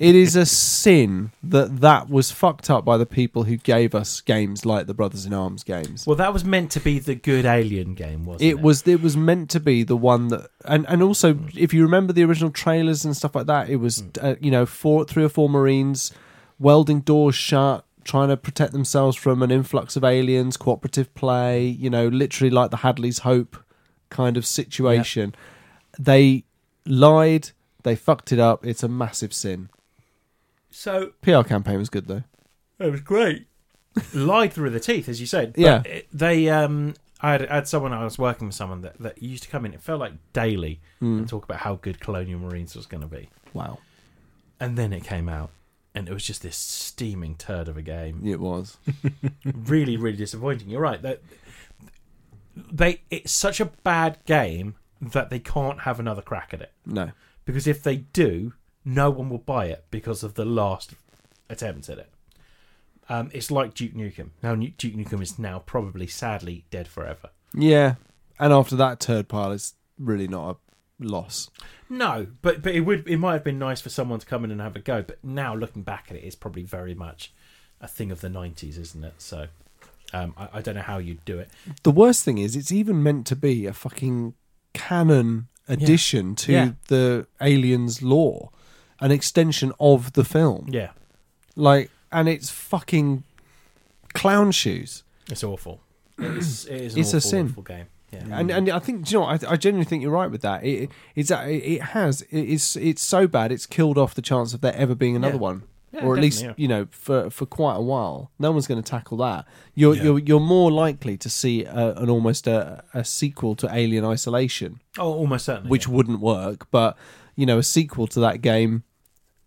[SPEAKER 1] it is a sin that that was fucked up by the people who gave us games like the brothers in arms games
[SPEAKER 2] Well, that was meant to be the good Alien game, wasn't it?
[SPEAKER 1] it was it was meant to be the one that and and also if you remember the original trailers and stuff like that it was uh, you know four three or four marines welding doors shut trying to protect themselves from an influx of aliens cooperative play you know literally like the hadley's hope kind of situation they lied they fucked it up it's a massive sin
[SPEAKER 2] So
[SPEAKER 1] pr campaign was good though
[SPEAKER 2] It was great. Lied through the teeth, as you said. But
[SPEAKER 1] Yeah.
[SPEAKER 2] it- they, um, I had, I had someone, I was working with someone that, that used to come in, it felt like daily, and talk about how good Colonial Marines was going to be.
[SPEAKER 1] wow
[SPEAKER 2] And then it came out, and it was just this steaming turd of a game.
[SPEAKER 1] it was
[SPEAKER 2] really, really disappointing. You're right. That they, It's such a bad game that they can't have another crack at it.
[SPEAKER 1] no
[SPEAKER 2] Because if they do, no one will buy it because of the last attempt at it. Um, it's like Duke Nukem. Now, Nu- Duke Nukem is now probably sadly dead forever.
[SPEAKER 1] yeah and after that turd pile is really not a loss
[SPEAKER 2] No, but but it would it might have been nice for someone to come in and have a go. But now looking back at it, it's probably very much a thing of the '90s, isn't it? So um, I, I don't know how you'd do it.
[SPEAKER 1] The worst thing is, it's even meant to be a fucking canon addition to
[SPEAKER 2] Yeah.
[SPEAKER 1] the aliens lore, an extension of the film.
[SPEAKER 2] Yeah,
[SPEAKER 1] Like, and it's fucking clown shoes.
[SPEAKER 2] it's awful. It's it is an
[SPEAKER 1] It's a
[SPEAKER 2] awful,
[SPEAKER 1] sin.
[SPEAKER 2] awful game. Yeah.
[SPEAKER 1] And and I think do you know what? I, I genuinely think you're right with that. It it's it it has it is it's so bad it's killed off the chance of there ever being another
[SPEAKER 2] Yeah.
[SPEAKER 1] one.
[SPEAKER 2] Yeah,
[SPEAKER 1] or at least
[SPEAKER 2] definitely,
[SPEAKER 1] you know for for quite a while, no one's going to tackle that. You're
[SPEAKER 3] Yeah.
[SPEAKER 1] you're you're more likely to see a, an almost a, a sequel to Alien Isolation
[SPEAKER 2] Oh, almost certainly.
[SPEAKER 1] which
[SPEAKER 2] yeah.
[SPEAKER 1] wouldn't work. But you know, a sequel to that game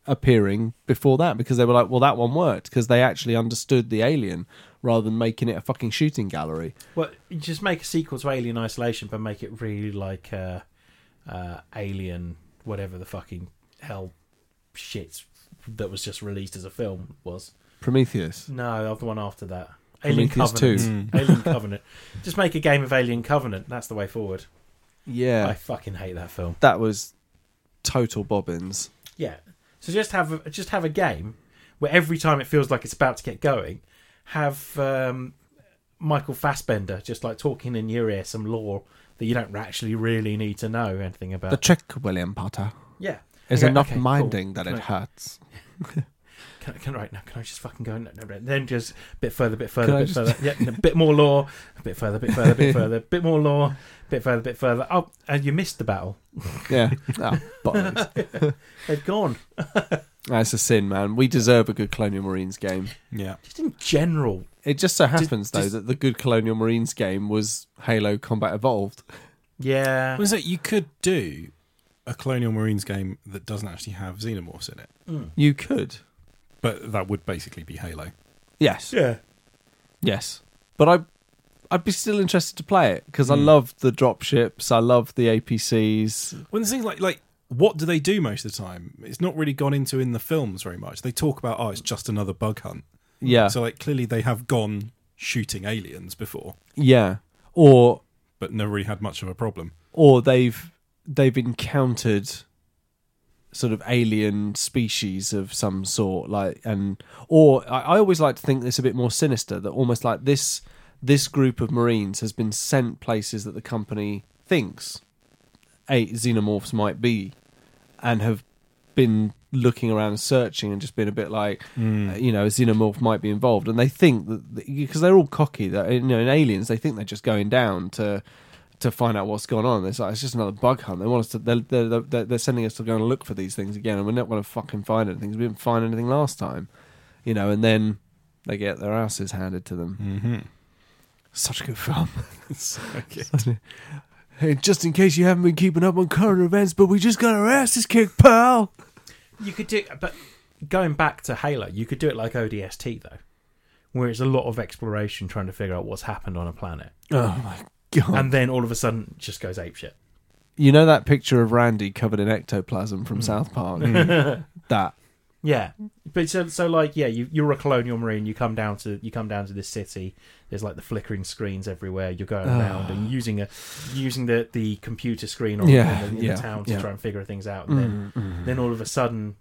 [SPEAKER 1] appearing before that because they were like, well, that one worked because they actually understood the alien rather than making it a fucking shooting gallery.
[SPEAKER 2] Well, you just make a sequel to Alien Isolation, but make it really like uh, uh, Alien, whatever the fucking hell shit that was just released as a film was.
[SPEAKER 1] Prometheus.
[SPEAKER 2] No, the other one after that. Alien
[SPEAKER 1] Prometheus
[SPEAKER 2] Covenant. Alien Covenant. Just make a game of Alien Covenant. That's the way forward.
[SPEAKER 1] Yeah,
[SPEAKER 2] I fucking hate that film.
[SPEAKER 1] that was total bobbins.
[SPEAKER 2] Yeah. So just have a, just have a game where every time it feels like it's about to get going, have um, Michael Fassbender just like talking in your ear some lore that you don't actually really need to know anything about.
[SPEAKER 1] The trick, William Potter,
[SPEAKER 2] yeah.
[SPEAKER 1] is
[SPEAKER 2] Okay,
[SPEAKER 1] enough
[SPEAKER 2] okay, cool.
[SPEAKER 1] minding that
[SPEAKER 2] Can
[SPEAKER 1] it
[SPEAKER 2] I-
[SPEAKER 1] hurts.
[SPEAKER 2] Can, can, I- can right now can I just fucking go? No, no, no. Then just a bit further, bit further,
[SPEAKER 1] Can I
[SPEAKER 2] bit
[SPEAKER 1] just-
[SPEAKER 2] further. Yeah, no, bit more law, a bit further, bit further, bit further, bit more law, bit further, bit further. Oh, and you missed the battle.
[SPEAKER 1] Yeah. Ah, bollocks.
[SPEAKER 2] They've gone.
[SPEAKER 1] That's a sin, man. We deserve a good Colonial Marines game.
[SPEAKER 3] Yeah.
[SPEAKER 2] Just in general,
[SPEAKER 1] It just so happens, though,
[SPEAKER 2] does-
[SPEAKER 1] that the good Colonial Marines game was Halo Combat Evolved.
[SPEAKER 2] yeah.
[SPEAKER 3] Was it you could do a Colonial Marines game that doesn't actually have xenomorphs in it,
[SPEAKER 2] Mm.
[SPEAKER 1] You could.
[SPEAKER 3] but that would basically be Halo.
[SPEAKER 1] Yes.
[SPEAKER 2] Yeah.
[SPEAKER 1] Yes. But I. I'd be still interested to play it because I
[SPEAKER 3] Hmm.
[SPEAKER 1] love the dropships. I love the APCs.
[SPEAKER 3] Well, the thing like like what do they do most of the time? It's not really gone into in the films very much. They talk about oh, it's just another bug hunt.
[SPEAKER 1] Yeah,
[SPEAKER 3] So like clearly they have gone shooting aliens before,
[SPEAKER 1] yeah. Or
[SPEAKER 3] but never really had much of a problem.
[SPEAKER 1] or they've they've encountered sort of alien species of some sort like and or I, I always like to think this a bit more sinister that almost like this this group of marines has been sent places that the company thinks eight xenomorphs might be and have been looking around searching and just been a bit like uh,
[SPEAKER 2] Mm.
[SPEAKER 1] you know a xenomorph might be involved and they think that because they're all cocky that you know in aliens they think they're just going down to to find out what's going on it's like it's just another bug hunt they want us to they're, they're, they're, they're sending us to go and look for these things again and we're not going to fucking find anything 'cause we didn't find anything last time you know and then they get their asses handed to them
[SPEAKER 3] Mm-hmm.
[SPEAKER 1] such a good film
[SPEAKER 3] okay.
[SPEAKER 1] hey just in case you haven't been keeping up on current events but we just got our asses kicked pal
[SPEAKER 2] You could do, but going back to Halo, you could do it like ODST though, where it's a lot of exploration trying to figure out what's happened on a planet,
[SPEAKER 1] oh my god
[SPEAKER 2] and then all of a sudden it just goes apeshit.
[SPEAKER 1] You know that picture of Randy covered in ectoplasm
[SPEAKER 2] Mm.
[SPEAKER 1] from South Park? that.
[SPEAKER 2] Yeah, but so so like yeah, you you're a colonial marine. You come down to you come down to this city. There's like the flickering screens everywhere. You're going
[SPEAKER 1] Ah.
[SPEAKER 2] around and using a using the the computer screen on
[SPEAKER 1] Yeah,
[SPEAKER 2] in the, in
[SPEAKER 1] yeah,
[SPEAKER 2] the town to
[SPEAKER 1] yeah. Mm.
[SPEAKER 2] try and figure things out. And then Mm-hmm. then all of a sudden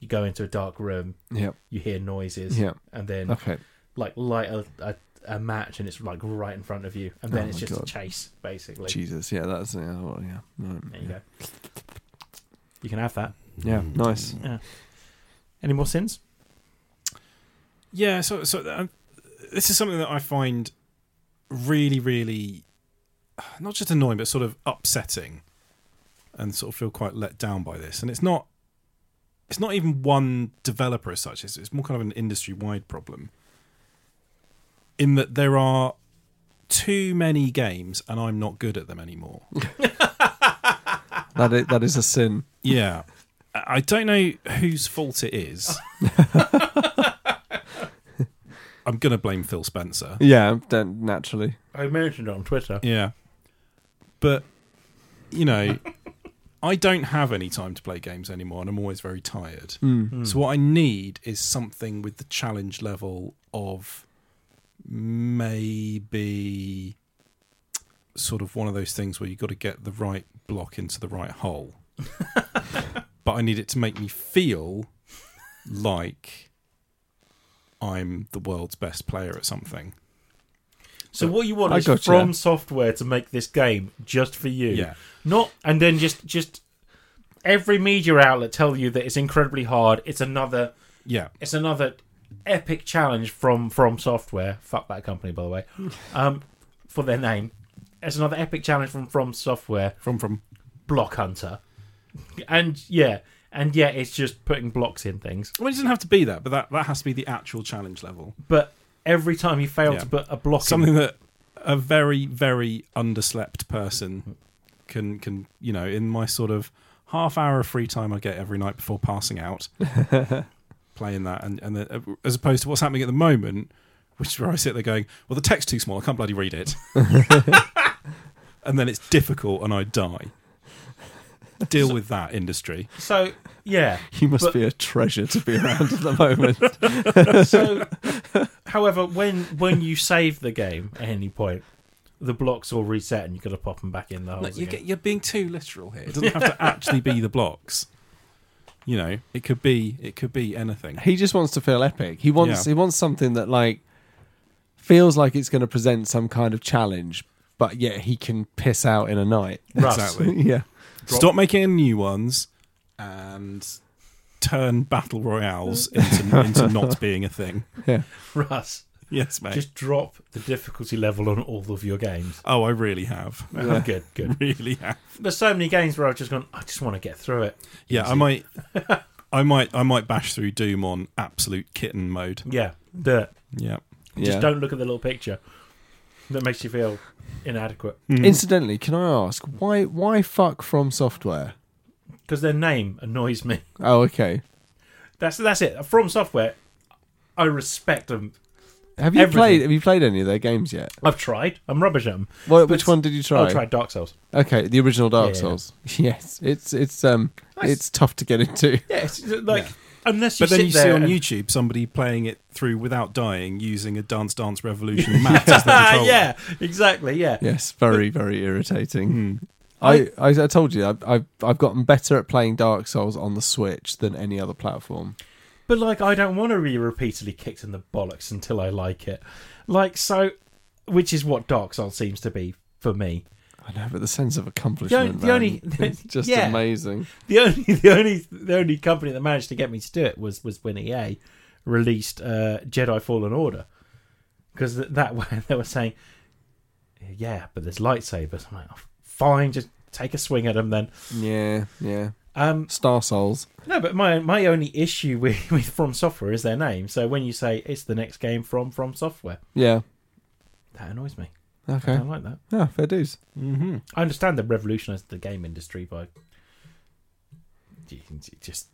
[SPEAKER 2] you go into a dark room.
[SPEAKER 1] Yep.
[SPEAKER 2] You hear noises,
[SPEAKER 1] Yeah.
[SPEAKER 2] and then
[SPEAKER 1] Okay.
[SPEAKER 2] like light a, a, a match and it's like right in front of you, and then
[SPEAKER 1] Oh
[SPEAKER 2] it's
[SPEAKER 1] my
[SPEAKER 2] just
[SPEAKER 1] God.
[SPEAKER 2] a chase basically.
[SPEAKER 1] Jesus. Yeah. That's yeah. well, yeah. Mm,
[SPEAKER 2] There you go. You can have that.
[SPEAKER 1] Yeah. Nice.
[SPEAKER 2] Any more sins?
[SPEAKER 3] Yeah, so so uh, this is something that I find really, really not just annoying, but sort of upsetting, and sort of feel quite let down by this. And it's not it's not even one developer as such. It's, it's more kind of an industry wide problem in that there are too many games, and I'm not good at them anymore.
[SPEAKER 1] That is, that is a sin.
[SPEAKER 3] Yeah. I I don't know whose fault it is. I'm going to blame Phil Spencer.
[SPEAKER 1] Yeah. Don't naturally.
[SPEAKER 2] I mentioned it on Twitter.
[SPEAKER 3] Yeah. But, you know, I don't have any time to play games anymore and I'm always very tired.
[SPEAKER 1] Mm.
[SPEAKER 2] Hmm.
[SPEAKER 3] So, what I need is something with the challenge level of maybe sort of one of those things where you've got to get the right block into the right hole. but I need it to make me feel like I'm the world's best player at something.
[SPEAKER 2] So what you want
[SPEAKER 1] I
[SPEAKER 2] is
[SPEAKER 1] gotcha.
[SPEAKER 2] from software to make this game just for you.
[SPEAKER 3] Yeah.
[SPEAKER 2] Not and then just just every media outlet tell you that it's incredibly hard. It's another
[SPEAKER 3] Yeah.
[SPEAKER 2] it's another epic challenge from from software fuck that company by the way um for their name it's another epic challenge from from software
[SPEAKER 3] From, from.
[SPEAKER 2] block hunter and yeah and yeah it's just putting blocks in things
[SPEAKER 3] Well, it doesn't have to be that, but that, that has to be the actual challenge level.
[SPEAKER 2] but every time you fail
[SPEAKER 3] Yeah.
[SPEAKER 2] to put a block in
[SPEAKER 3] Something that a very, very underslept person can can you know, in my sort of half hour of free time I get every night before passing out, playing that, and and the, as opposed to what's happening at the moment, which is where I sit there going, well, the text's too small, I can't bloody read it, and then it's difficult, and I die. Deal with that industry.
[SPEAKER 2] so yeah
[SPEAKER 1] You must
[SPEAKER 2] But-
[SPEAKER 1] be a treasure to be around at the moment.
[SPEAKER 2] so however when when you save the game at any point the blocks all reset and you've got to pop them back in the holes
[SPEAKER 3] you're,
[SPEAKER 2] again.
[SPEAKER 3] being too literal here. It doesn't have to actually be the blocks. You know, it could be it could be anything.
[SPEAKER 1] he just wants to feel epic. He wants
[SPEAKER 3] Yeah.
[SPEAKER 1] he wants something that like feels like it's going to present some kind of challenge, but yet he can piss out in a night.
[SPEAKER 2] Russ,
[SPEAKER 3] Exactly.
[SPEAKER 1] yeah.
[SPEAKER 3] Stop making new ones and turn battle royales into, into not being a thing.
[SPEAKER 2] Russ,
[SPEAKER 3] Yes, mate.
[SPEAKER 2] just drop the difficulty level on all of your games.
[SPEAKER 3] oh, I really have.
[SPEAKER 1] Yeah.
[SPEAKER 2] Good, good.
[SPEAKER 3] really have.
[SPEAKER 2] There's so many games where I've just gone, I just want to get through it.
[SPEAKER 3] Yeah, I
[SPEAKER 2] Easy.
[SPEAKER 3] might. I might I might bash through Doom on absolute kitten mode.
[SPEAKER 2] Yeah, do it.
[SPEAKER 3] Yeah.
[SPEAKER 1] Yeah.
[SPEAKER 2] Just don't look at the little picture that makes you feel inadequate.
[SPEAKER 1] Incidentally, can I ask why why fuck from software?
[SPEAKER 2] Because their name annoys me.
[SPEAKER 1] Oh, okay.
[SPEAKER 2] That's that's it. From software, I respect them.
[SPEAKER 1] Have you
[SPEAKER 2] Everything.
[SPEAKER 1] played Have you played any of their games yet?
[SPEAKER 2] I've tried. I'm rubbish at them.
[SPEAKER 1] Well,
[SPEAKER 2] But-
[SPEAKER 1] which one did you try?
[SPEAKER 2] I tried Dark Souls.
[SPEAKER 1] Okay, the original Dark
[SPEAKER 2] Yeah, yeah.
[SPEAKER 1] Souls. Yes, it's it's um
[SPEAKER 2] Nice.
[SPEAKER 1] it's tough to get into.
[SPEAKER 2] Yeah, it's it's like
[SPEAKER 3] Yeah.
[SPEAKER 2] unless you
[SPEAKER 3] But then
[SPEAKER 2] sit
[SPEAKER 3] you
[SPEAKER 2] there
[SPEAKER 3] see on
[SPEAKER 2] and-
[SPEAKER 3] YouTube somebody playing it through without dying using a Dance Dance Revolution mat as their
[SPEAKER 2] Ah,
[SPEAKER 3] controller.
[SPEAKER 2] yeah, exactly. Yeah.
[SPEAKER 1] Yes, very very irritating.
[SPEAKER 2] Hmm.
[SPEAKER 3] Mm.
[SPEAKER 1] I, I I told you I've, I've I've gotten better at playing Dark Souls on the Switch than any other platform.
[SPEAKER 2] But like, I don't want to be repeatedly kicked in the bollocks until I like it. Like so, which is what Dark Souls seems to be for me.
[SPEAKER 1] I know, but the sense of accomplishment,
[SPEAKER 2] the
[SPEAKER 1] man,
[SPEAKER 2] only-
[SPEAKER 1] it's just
[SPEAKER 2] yeah.
[SPEAKER 1] amazing.
[SPEAKER 2] The only, the only, the only company that managed to get me to do it was was when EA released uh, Jedi Fallen Order, because th- that way they were saying, yeah, but there's lightsabers. I'm like, "Oh, fine, just take a swing at them then.
[SPEAKER 1] Yeah, yeah.
[SPEAKER 2] Um,
[SPEAKER 1] Star Souls.
[SPEAKER 2] No, but my my only issue with, with From Software is their name. So when you say it's the next game from From Software,
[SPEAKER 1] Yeah.
[SPEAKER 2] that annoys me. I
[SPEAKER 1] Okay.
[SPEAKER 2] don't like that.
[SPEAKER 1] Yeah, fair dues.
[SPEAKER 3] Mm-hmm.
[SPEAKER 2] I understand they revolutionised the game industry by just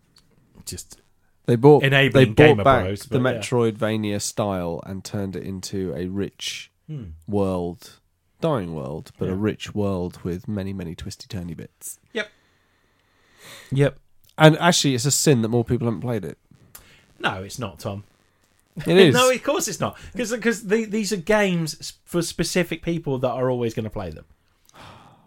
[SPEAKER 2] just
[SPEAKER 1] They bought they
[SPEAKER 2] enabling
[SPEAKER 1] bought
[SPEAKER 2] gamer
[SPEAKER 1] back
[SPEAKER 2] bros.
[SPEAKER 1] the
[SPEAKER 2] but yeah.
[SPEAKER 1] Metroidvania style and turned it into a rich
[SPEAKER 2] Hmm.
[SPEAKER 1] world, dying world, but a
[SPEAKER 2] Yeah.
[SPEAKER 1] rich world with many many twisty turny bits.
[SPEAKER 2] Yep.
[SPEAKER 1] And actually, it's a sin that more people haven't played it.
[SPEAKER 2] No, it's not Tom.
[SPEAKER 1] It is.
[SPEAKER 2] no, of course it's not because the, these are games for specific people that are always going to play them.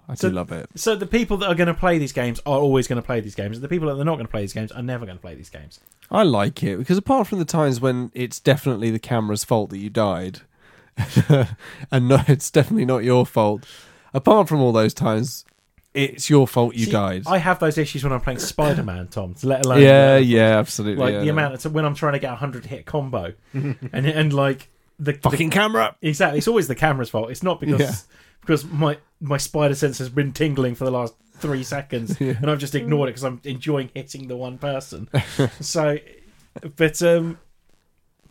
[SPEAKER 1] I do
[SPEAKER 2] so-
[SPEAKER 1] love it.
[SPEAKER 2] So the people that are going to play these games are always going to play these games, and the people that are not going to play these games are never going to play these games.
[SPEAKER 1] I like it because apart from the times when it's definitely the camera's fault that you died, and no, it's definitely not your fault. Apart from all those times, it's your fault you
[SPEAKER 2] See,
[SPEAKER 1] died.
[SPEAKER 2] I have those issues when I'm playing Spider Man, Tom. To let alone
[SPEAKER 1] yeah,
[SPEAKER 2] uh,
[SPEAKER 1] yeah, absolutely.
[SPEAKER 2] like
[SPEAKER 1] yeah,
[SPEAKER 2] the
[SPEAKER 1] no.
[SPEAKER 2] amount of when I'm trying to get a hundred hit combo, and and like the the-
[SPEAKER 1] fucking camera.
[SPEAKER 2] exactly. It's always the camera's fault. It's not because
[SPEAKER 1] Yeah.
[SPEAKER 2] because my my spider sense has been tingling for the last three seconds,
[SPEAKER 1] Yeah.
[SPEAKER 2] and I've just ignored it because I'm enjoying hitting the one person. so, but um,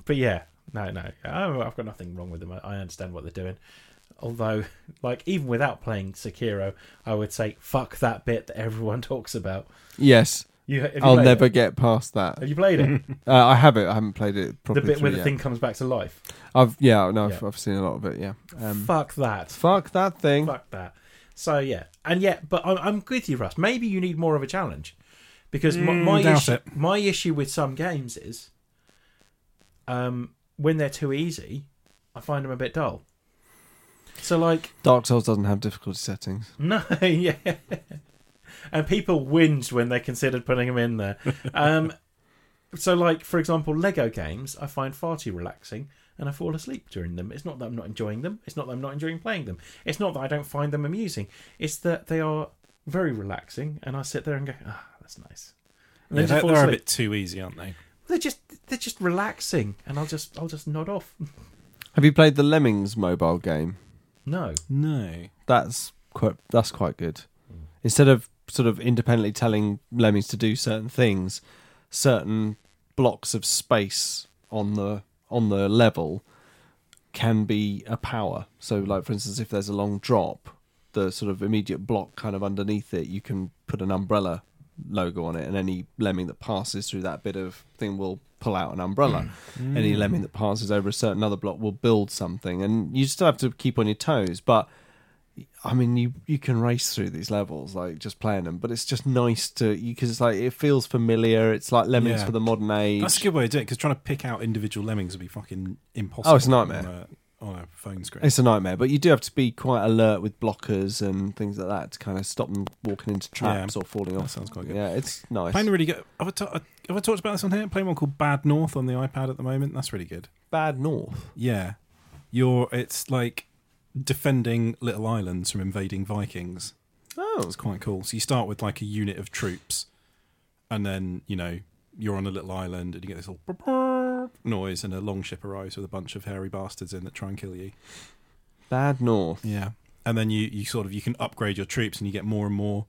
[SPEAKER 2] but yeah, no, no, I- I've got nothing wrong with them. I I understand what they're doing. Although, like, even without playing Sekiro, I would say fuck that bit that everyone talks about.
[SPEAKER 1] Yes,
[SPEAKER 2] You, have you
[SPEAKER 1] I'll
[SPEAKER 2] played
[SPEAKER 1] never
[SPEAKER 2] It?
[SPEAKER 1] get past that.
[SPEAKER 2] Have you played it?
[SPEAKER 1] Uh, I have it. I haven't played it
[SPEAKER 2] the
[SPEAKER 1] properly.
[SPEAKER 2] bit where
[SPEAKER 1] through
[SPEAKER 2] the
[SPEAKER 1] yet.
[SPEAKER 2] thing comes back to life.
[SPEAKER 1] I've yeah, no, I've,
[SPEAKER 2] Yeah.
[SPEAKER 1] I've seen a lot of it. Yeah. Um,
[SPEAKER 2] fuck that.
[SPEAKER 1] fuck that thing.
[SPEAKER 2] Fuck that. So yeah, and yeah, but I'm, I'm with you, Russ. Maybe you need more of a challenge, because my,
[SPEAKER 3] Mm,
[SPEAKER 2] my
[SPEAKER 3] doubt
[SPEAKER 2] issue,
[SPEAKER 3] it.
[SPEAKER 2] my issue with some games is, um, when they're too easy, I find them a bit dull. So like,
[SPEAKER 1] Dark Souls doesn't have difficulty settings.
[SPEAKER 2] no, yeah, and people whinged when they considered putting them in there. Um, so like, for example, Lego games, I find far too relaxing. And I fall asleep during them. It's not that I'm not enjoying them. It's not that I'm not enjoying playing them. It's not that I don't find them amusing. It's that they are very relaxing, and I sit there and go, "Ah, that's nice." And
[SPEAKER 3] Yeah,
[SPEAKER 2] then just
[SPEAKER 3] they're,
[SPEAKER 2] fall
[SPEAKER 3] they're a
[SPEAKER 2] asleep.
[SPEAKER 3] bit too easy, aren't they?
[SPEAKER 2] They're just they're just relaxing, and I'll just I'll just nod off.
[SPEAKER 1] Have you played the Lemmings mobile game?
[SPEAKER 2] No,
[SPEAKER 3] No.
[SPEAKER 1] That's quite that's quite good. Instead of sort of independently telling lemmings to do certain things, certain blocks of space on the on the level can be a power. So like for instance if there's a long drop, the sort of immediate block kind of underneath it, you can put an umbrella logo on it and any lemming that passes through that bit of thing will pull out an umbrella any lemming that passes over a certain other block will build something and you still have to keep on your toes but i mean you you can race through these levels like just playing them but it's just nice to you because it's like it feels familiar it's like lemmings
[SPEAKER 3] Yeah.
[SPEAKER 1] for the modern age
[SPEAKER 3] That's a good way to do it because trying to pick out individual lemmings would be fucking impossible.
[SPEAKER 1] Oh, it's a nightmare.
[SPEAKER 3] On a, on a phone screen.
[SPEAKER 1] it's a nightmare but you do have to be quite alert with blockers and things like that to kind of stop them walking into traps or falling
[SPEAKER 3] that
[SPEAKER 1] off
[SPEAKER 3] sounds quite good.
[SPEAKER 1] yeah it's nice
[SPEAKER 3] Playing a really good. Have I, ta- have I talked about this on here? Playing one called Bad North on the iPad at the moment. That's really good.
[SPEAKER 1] bad north
[SPEAKER 3] Yeah, you're. It's like defending little islands from invading Vikings.
[SPEAKER 1] oh
[SPEAKER 3] It's quite cool. So you start with like a unit of troops, and then you know you're on a little island and you get this little burp, burp noise, and a long ship arrives with a bunch of hairy bastards in that try and kill you.
[SPEAKER 1] Bad North.
[SPEAKER 3] Yeah, and then you you sort of you can upgrade your troops and you get more and more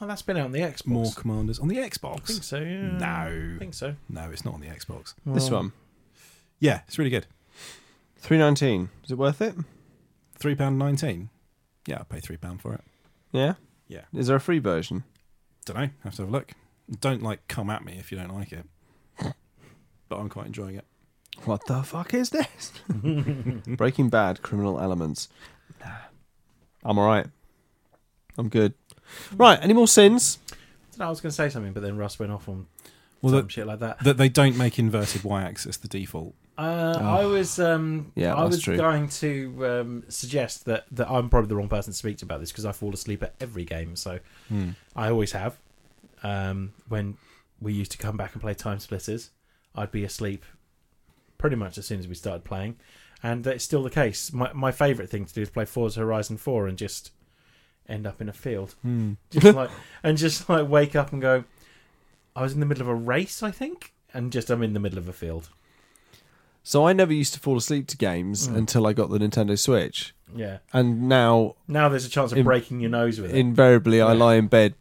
[SPEAKER 2] Oh, that's been out on the Xbox.
[SPEAKER 3] more commanders on the
[SPEAKER 2] I think
[SPEAKER 3] Xbox.
[SPEAKER 2] so. Yeah.
[SPEAKER 3] No.
[SPEAKER 2] I think so.
[SPEAKER 3] No, it's not on the Xbox.
[SPEAKER 1] This
[SPEAKER 2] Well,
[SPEAKER 1] one.
[SPEAKER 3] Yeah, it's really good.
[SPEAKER 1] 319. Is it worth it?
[SPEAKER 3] Three pound nineteen. Yeah, I'll pay three pound for it.
[SPEAKER 1] Yeah?
[SPEAKER 3] Yeah.
[SPEAKER 1] Is there a free version?
[SPEAKER 3] Don't know. Have to have a look. Don't like come at me if you don't like it. But I'm quite enjoying it.
[SPEAKER 1] What the fuck is this? Breaking Bad Criminal Elements. I'm alright. I'm good. Right, any more sins?
[SPEAKER 2] I was going to say something, but then Russ went off on
[SPEAKER 3] Well,
[SPEAKER 2] some
[SPEAKER 3] that,
[SPEAKER 2] shit like that.
[SPEAKER 3] that they don't make inverted y-axis the default.
[SPEAKER 2] Uh, I was, um,
[SPEAKER 1] Oh. Yeah,
[SPEAKER 2] I
[SPEAKER 1] that's
[SPEAKER 2] was
[SPEAKER 1] true.
[SPEAKER 2] going to um, suggest that, that I'm probably the wrong person to speak to about this because I fall asleep at every game. So
[SPEAKER 1] Hmm.
[SPEAKER 2] I always have. Um, when we used to come back and play Time Splitters, I'd be asleep pretty much as soon as we started playing, and that's still the case. My my favourite thing to do is play Forza Horizon Four and just end up in a field,
[SPEAKER 1] Hmm.
[SPEAKER 2] just like and just like wake up and go. I was in the middle of a race, I think, and just I'm in the middle of a field.
[SPEAKER 1] So I never used to fall asleep to games
[SPEAKER 3] Mm.
[SPEAKER 1] until I got the Nintendo Switch.
[SPEAKER 2] Yeah.
[SPEAKER 1] And now
[SPEAKER 2] Now there's a chance of
[SPEAKER 1] In-
[SPEAKER 2] breaking your nose with it.
[SPEAKER 1] invariably I
[SPEAKER 2] Yeah.
[SPEAKER 1] lie in bed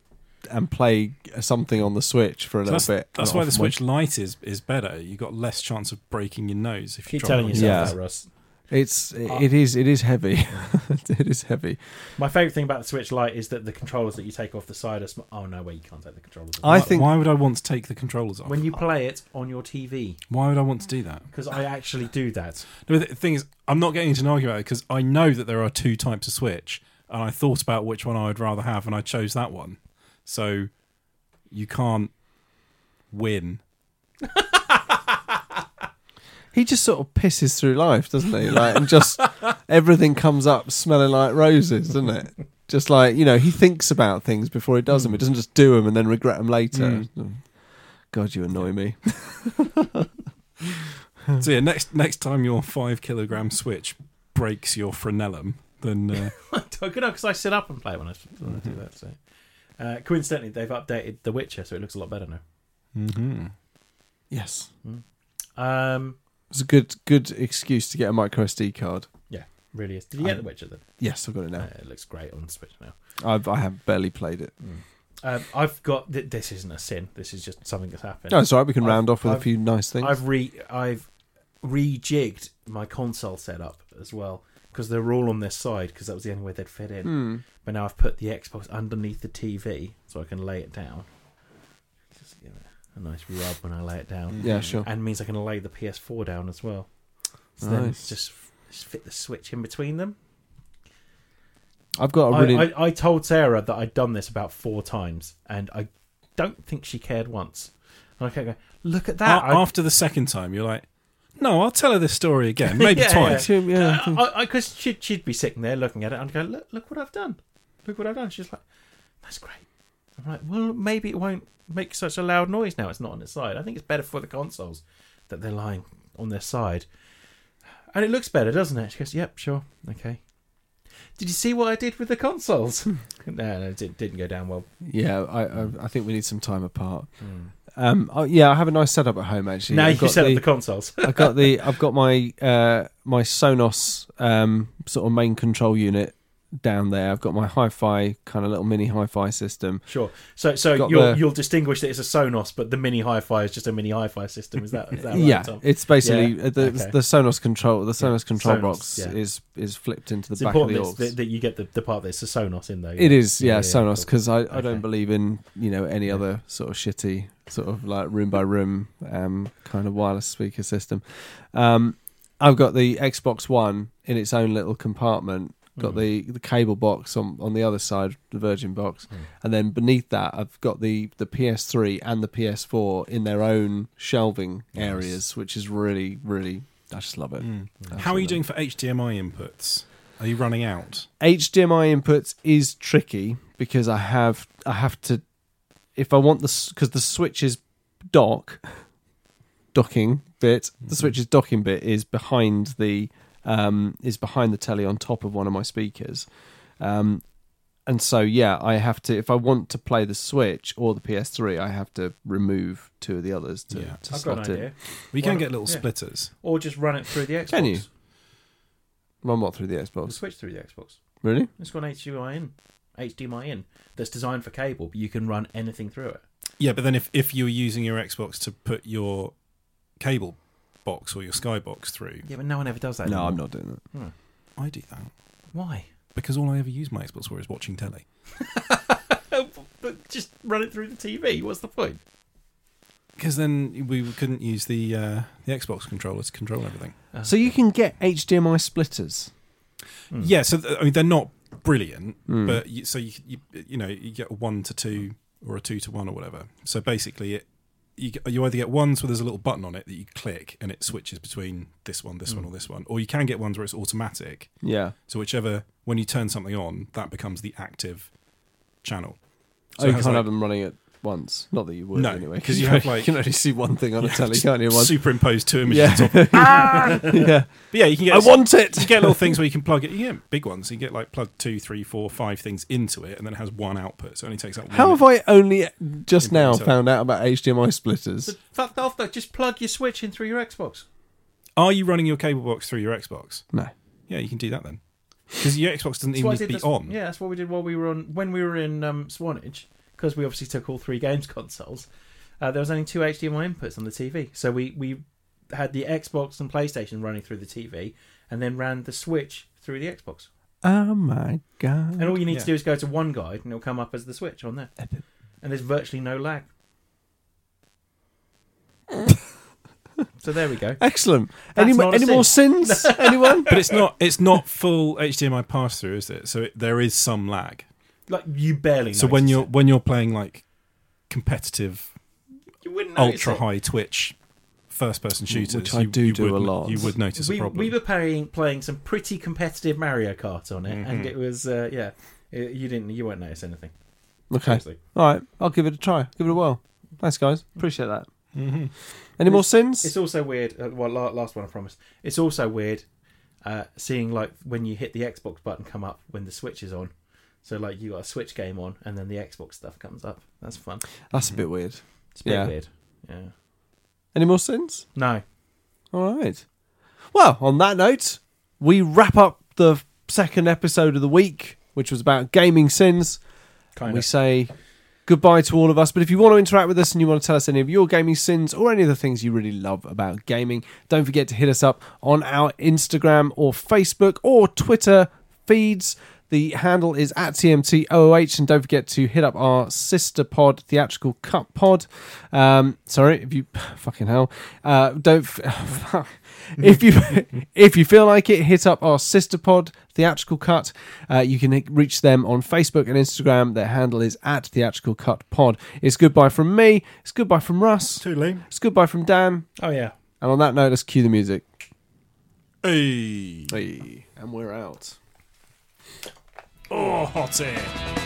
[SPEAKER 1] and play something on the Switch for a
[SPEAKER 3] So
[SPEAKER 1] little
[SPEAKER 3] that's
[SPEAKER 1] bit.
[SPEAKER 3] that's
[SPEAKER 1] Not
[SPEAKER 3] why the
[SPEAKER 1] often.
[SPEAKER 3] Switch Lite is, is better. You've got less chance of breaking your nose if you try
[SPEAKER 2] Keep telling
[SPEAKER 3] it on
[SPEAKER 2] yourself
[SPEAKER 1] Yeah.
[SPEAKER 3] your-
[SPEAKER 2] that, Russ.
[SPEAKER 1] It's it is it is heavy. it is heavy.
[SPEAKER 2] My favourite thing about the Switch Lite is that the controllers that you take off the side are. Sm- oh no, wait, you can't take the controllers. off.
[SPEAKER 1] I
[SPEAKER 3] Why-
[SPEAKER 1] think-
[SPEAKER 3] why would I want to take the controllers off?
[SPEAKER 2] when you play it on your TV,
[SPEAKER 3] why would I want to do that?
[SPEAKER 2] because I actually do that.
[SPEAKER 3] No, but the thing is, I'm not getting into an argument because I know that there are two types of Switch, and I thought about which one I would rather have, and I chose that one. So you can't win.
[SPEAKER 1] He just sort of pisses through life, doesn't he? Like and just everything comes up smelling like roses, doesn't it? Just like you know, he thinks about things before he does them. He doesn't just do them and then regret them later. Oh, God, you annoy me.
[SPEAKER 2] Hmm.
[SPEAKER 3] So yeah, next next time your five kilogram Switch breaks your frenulum, then uh,
[SPEAKER 2] Good because I sit up and play when I, when I do that. So, uh, coincidentally, they've updated The Witcher, so it looks a lot better now. Mm-hmm.
[SPEAKER 1] Yes,
[SPEAKER 2] Um,
[SPEAKER 1] it's a good good excuse to get a micro SD card.
[SPEAKER 2] yeah, really is. Did you get The Witcher? Then
[SPEAKER 1] Yes, I've got it now.
[SPEAKER 2] uh, it looks great on Switch now.
[SPEAKER 1] I've I have barely played it.
[SPEAKER 2] Um, I've got th- this. Isn't a sin. This is just something that's happened.
[SPEAKER 1] No, it's all right. We can
[SPEAKER 2] I've-
[SPEAKER 1] round off with a
[SPEAKER 2] I've-
[SPEAKER 1] few nice things.
[SPEAKER 2] I've re I've rejigged my console setup as well because they're all on this side because that was the only way they'd fit in.
[SPEAKER 1] Hmm.
[SPEAKER 2] But now I've put the Xbox underneath the TV so I can lay it down. Just give it a nice rub when I lay it down,
[SPEAKER 1] yeah, sure.
[SPEAKER 2] and means I can lay the PS4 down as well. So then
[SPEAKER 1] Nice.
[SPEAKER 2] just f- just fit the switch in between them.
[SPEAKER 1] I've got a really
[SPEAKER 2] I, I, I told Sarah that I'd done this about four times, and I don't think she cared once. And I kept going, look at that.
[SPEAKER 3] a-
[SPEAKER 2] I-
[SPEAKER 3] after the second time, you're like, no, I'll tell her this story again, maybe
[SPEAKER 2] Yeah,
[SPEAKER 3] twice.
[SPEAKER 1] Tim, yeah.
[SPEAKER 2] because Uh, I, I, 'cause she'd, she'd be sitting there looking at it and go, look, look what I've done. Look what I've done. She's like, that's great. I'm like, well, maybe it won't make such a loud noise now. It's not on its side. I think it's better for the consoles that they're lying on their side. And it looks better, doesn't it? She goes, yep, sure. Okay. Did you see what I did with the consoles?
[SPEAKER 1] Hmm.
[SPEAKER 2] no, no, it did- didn't go down well.
[SPEAKER 1] Yeah, I, I I think we need some time apart. Um, oh, yeah, I have a nice setup at home actually.
[SPEAKER 2] now
[SPEAKER 1] I've
[SPEAKER 2] you
[SPEAKER 1] got
[SPEAKER 2] set up the consoles.
[SPEAKER 1] I've got the I've got my uh my Sonos um sort of main control unit down there. I've got my hi-fi kind of little mini hi-fi system.
[SPEAKER 2] sure. So, so
[SPEAKER 1] Got
[SPEAKER 2] you'll
[SPEAKER 1] the-
[SPEAKER 2] you'll distinguish that it's a Sonos, but the mini hi-fi is just a mini hi-fi system. Is that, is that right,
[SPEAKER 1] yeah,
[SPEAKER 2] Tom?
[SPEAKER 1] it's basically
[SPEAKER 2] Yeah,
[SPEAKER 1] uh, the
[SPEAKER 2] okay.
[SPEAKER 1] the Sonos control the Sonos control
[SPEAKER 2] Sonos,
[SPEAKER 1] box
[SPEAKER 2] yeah.
[SPEAKER 1] is is flipped into the
[SPEAKER 2] It's
[SPEAKER 1] back of
[SPEAKER 2] important
[SPEAKER 1] the
[SPEAKER 2] that,
[SPEAKER 1] aux.
[SPEAKER 2] it's- that, that you get the, the part that's a Sonos in though.
[SPEAKER 1] It is, yeah,
[SPEAKER 2] yeah,
[SPEAKER 1] Sonos,
[SPEAKER 2] cool.
[SPEAKER 1] 'cause Sonos, because I, I
[SPEAKER 2] Okay.
[SPEAKER 1] don't believe in you know any other sort of shitty sort of like room by room um, kind of wireless speaker system. Um, I've got the Xbox One in its own little compartment.
[SPEAKER 2] Mm.
[SPEAKER 1] Got the, the cable box on, on the other side, the Virgin box,
[SPEAKER 2] Mm.
[SPEAKER 1] and then beneath that, I've got the, the PS3 and the PS4 in their own shelving areas, which is really, really, I just love it.
[SPEAKER 2] Mm.
[SPEAKER 3] How are you doing for HDMI inputs? Are you running out?
[SPEAKER 1] HDMI inputs is tricky because I have I have to if I want the because the switch's dock docking bit the switch's docking bit is behind the um, is behind the telly on top of one of my speakers. Um, and so yeah, I have to if I want to play the Switch or the PS3, I have to remove two of the others to,
[SPEAKER 3] Yeah.
[SPEAKER 1] to
[SPEAKER 2] I've got
[SPEAKER 1] slot in.
[SPEAKER 2] an idea.
[SPEAKER 3] We
[SPEAKER 2] Why
[SPEAKER 3] can
[SPEAKER 2] not?
[SPEAKER 3] get little
[SPEAKER 2] Yeah.
[SPEAKER 3] splitters.
[SPEAKER 2] Or just run it through the Xbox.
[SPEAKER 1] Can you? Well, not through the
[SPEAKER 2] Or
[SPEAKER 1] Xbox,
[SPEAKER 2] switch through the Xbox.
[SPEAKER 1] really.
[SPEAKER 2] It's got an HDMI in, HDMI in that's designed for cable, but you can run anything through it.
[SPEAKER 3] Yeah, but then if, if you're using your Xbox to put your cable box or your Skybox through,
[SPEAKER 2] Yeah, but no one ever does that.
[SPEAKER 1] No,
[SPEAKER 2] anymore.
[SPEAKER 1] I'm not doing that.
[SPEAKER 3] I do that
[SPEAKER 2] Why?
[SPEAKER 3] because all I ever use my Xbox for is watching telly.
[SPEAKER 2] But just run it through the TV. What's the point?
[SPEAKER 3] Because then we couldn't use the uh, the Xbox controller to control everything.
[SPEAKER 1] So you can get HDMI splitters.
[SPEAKER 3] Yeah, so th- I mean they're not brilliant,
[SPEAKER 1] Mm.
[SPEAKER 3] but you, so you, you you know you get a one to two or a two to one or whatever. So basically, it you get- you either get ones where there's a little button on it that you click and it switches between this one, this one, or this one, or you can get ones where it's automatic.
[SPEAKER 1] Yeah.
[SPEAKER 3] So whichever when you turn something on, that becomes the active channel.
[SPEAKER 1] oh,
[SPEAKER 3] it
[SPEAKER 1] you
[SPEAKER 3] has,
[SPEAKER 1] can't
[SPEAKER 3] like,
[SPEAKER 1] have them running at once. Not that you would
[SPEAKER 3] No,
[SPEAKER 1] anyway,
[SPEAKER 3] 'cause you have, like-
[SPEAKER 1] can only see one thing on a
[SPEAKER 3] yeah,
[SPEAKER 1] telly,
[SPEAKER 3] just
[SPEAKER 1] can't you? One.
[SPEAKER 3] superimposed two images.
[SPEAKER 1] Yeah.
[SPEAKER 3] on top of-
[SPEAKER 1] yeah.
[SPEAKER 3] But yeah, you can get
[SPEAKER 1] I want it.
[SPEAKER 3] you get little things where you can plug it. You get big ones. You get like plug two, three, four, five things into it, and then it has one output. So it only takes out.
[SPEAKER 1] How
[SPEAKER 3] one
[SPEAKER 1] have I only just
[SPEAKER 3] Yeah,
[SPEAKER 1] now
[SPEAKER 3] sorry.
[SPEAKER 1] found out about HDMI splitters?
[SPEAKER 2] But fuck off though. Just plug your Switch in through your Xbox.
[SPEAKER 3] Are you running your cable box through your Xbox?
[SPEAKER 1] No.
[SPEAKER 3] Yeah, you can do that then. Because your Xbox doesn't
[SPEAKER 2] That's
[SPEAKER 3] even
[SPEAKER 2] what I
[SPEAKER 3] need to
[SPEAKER 2] did
[SPEAKER 3] be
[SPEAKER 2] this-
[SPEAKER 3] on.
[SPEAKER 2] Yeah, that's what we did while we were on when we were in um, Swanage because we obviously took all three games consoles. Uh, there was only two HDMI inputs on the TV, so we we had the Xbox and PlayStation running through the TV, and then ran the Switch through the Xbox.
[SPEAKER 1] Oh my god.
[SPEAKER 2] And all you need
[SPEAKER 3] Yeah.
[SPEAKER 2] to do is go to one guide, and it'll come up as the Switch on there. And there's virtually no lag. so there we go.
[SPEAKER 1] Excellent.
[SPEAKER 2] That's
[SPEAKER 1] any mo-
[SPEAKER 2] not a
[SPEAKER 1] any more sins? Anyone?
[SPEAKER 3] But it's not. It's not full HDMI pass through, is it? So it, there is some lag.
[SPEAKER 2] Like you barely.
[SPEAKER 3] So when
[SPEAKER 2] notice
[SPEAKER 3] you're
[SPEAKER 2] it.
[SPEAKER 3] when you're playing like competitive,
[SPEAKER 2] you wouldn't notice
[SPEAKER 3] ultra
[SPEAKER 2] it.
[SPEAKER 3] high twitch, first person shooters,
[SPEAKER 1] Which I
[SPEAKER 3] you-
[SPEAKER 1] do
[SPEAKER 3] you
[SPEAKER 1] do
[SPEAKER 3] would,
[SPEAKER 1] a lot.
[SPEAKER 3] You would notice
[SPEAKER 2] we,
[SPEAKER 3] a problem.
[SPEAKER 2] we were playing playing some pretty competitive Mario Kart on it, and
[SPEAKER 1] Mm-hmm.
[SPEAKER 3] Mhm.
[SPEAKER 2] it was uh, yeah, it, you didn't you won't notice anything.
[SPEAKER 1] okay.
[SPEAKER 2] seriously.
[SPEAKER 1] All right. I'll give it a try. Give it a whirl. Thanks, guys. Appreciate that.
[SPEAKER 3] Mhm.
[SPEAKER 1] Any more
[SPEAKER 2] It's
[SPEAKER 1] sins?
[SPEAKER 2] also weird. Uh, well, la- last one I promise. It's also weird uh, seeing like when you hit the Xbox button come up when the Switch is on. So like you got a Switch game on, and then the Xbox stuff comes up. That's fun.
[SPEAKER 1] That's a bit weird.
[SPEAKER 2] It's a bit
[SPEAKER 1] Yeah.
[SPEAKER 2] weird. Yeah.
[SPEAKER 1] Any more sins?
[SPEAKER 2] No.
[SPEAKER 1] All right. Well, on that note, we wrap up the second episode of the week, which was about gaming sins.
[SPEAKER 2] Kind
[SPEAKER 1] we
[SPEAKER 2] of.
[SPEAKER 1] say goodbye to all of us. But if you want to interact with us and you want to tell us any of your gaming sins or any of the things you really love about gaming, don't forget to hit us up on our Instagram or Facebook or Twitter feeds. The handle is at TMTOOH, and don't forget to hit up our sister pod, Theatrical Cut Pod. Um, sorry, if you fucking hell, uh, don't f- if you if you feel like it, hit up our sister pod, Theatrical Cut. Uh, you can reach them on Facebook and Instagram. Their handle is at Theatrical Cut Pod. It's goodbye from me. It's goodbye from Russ.
[SPEAKER 3] Too lame.
[SPEAKER 1] It's goodbye from Dan.
[SPEAKER 2] Oh yeah.
[SPEAKER 1] And on that note, let's cue the music.
[SPEAKER 3] Hey.
[SPEAKER 1] Hey, and we're out.
[SPEAKER 3] Oh, hot air.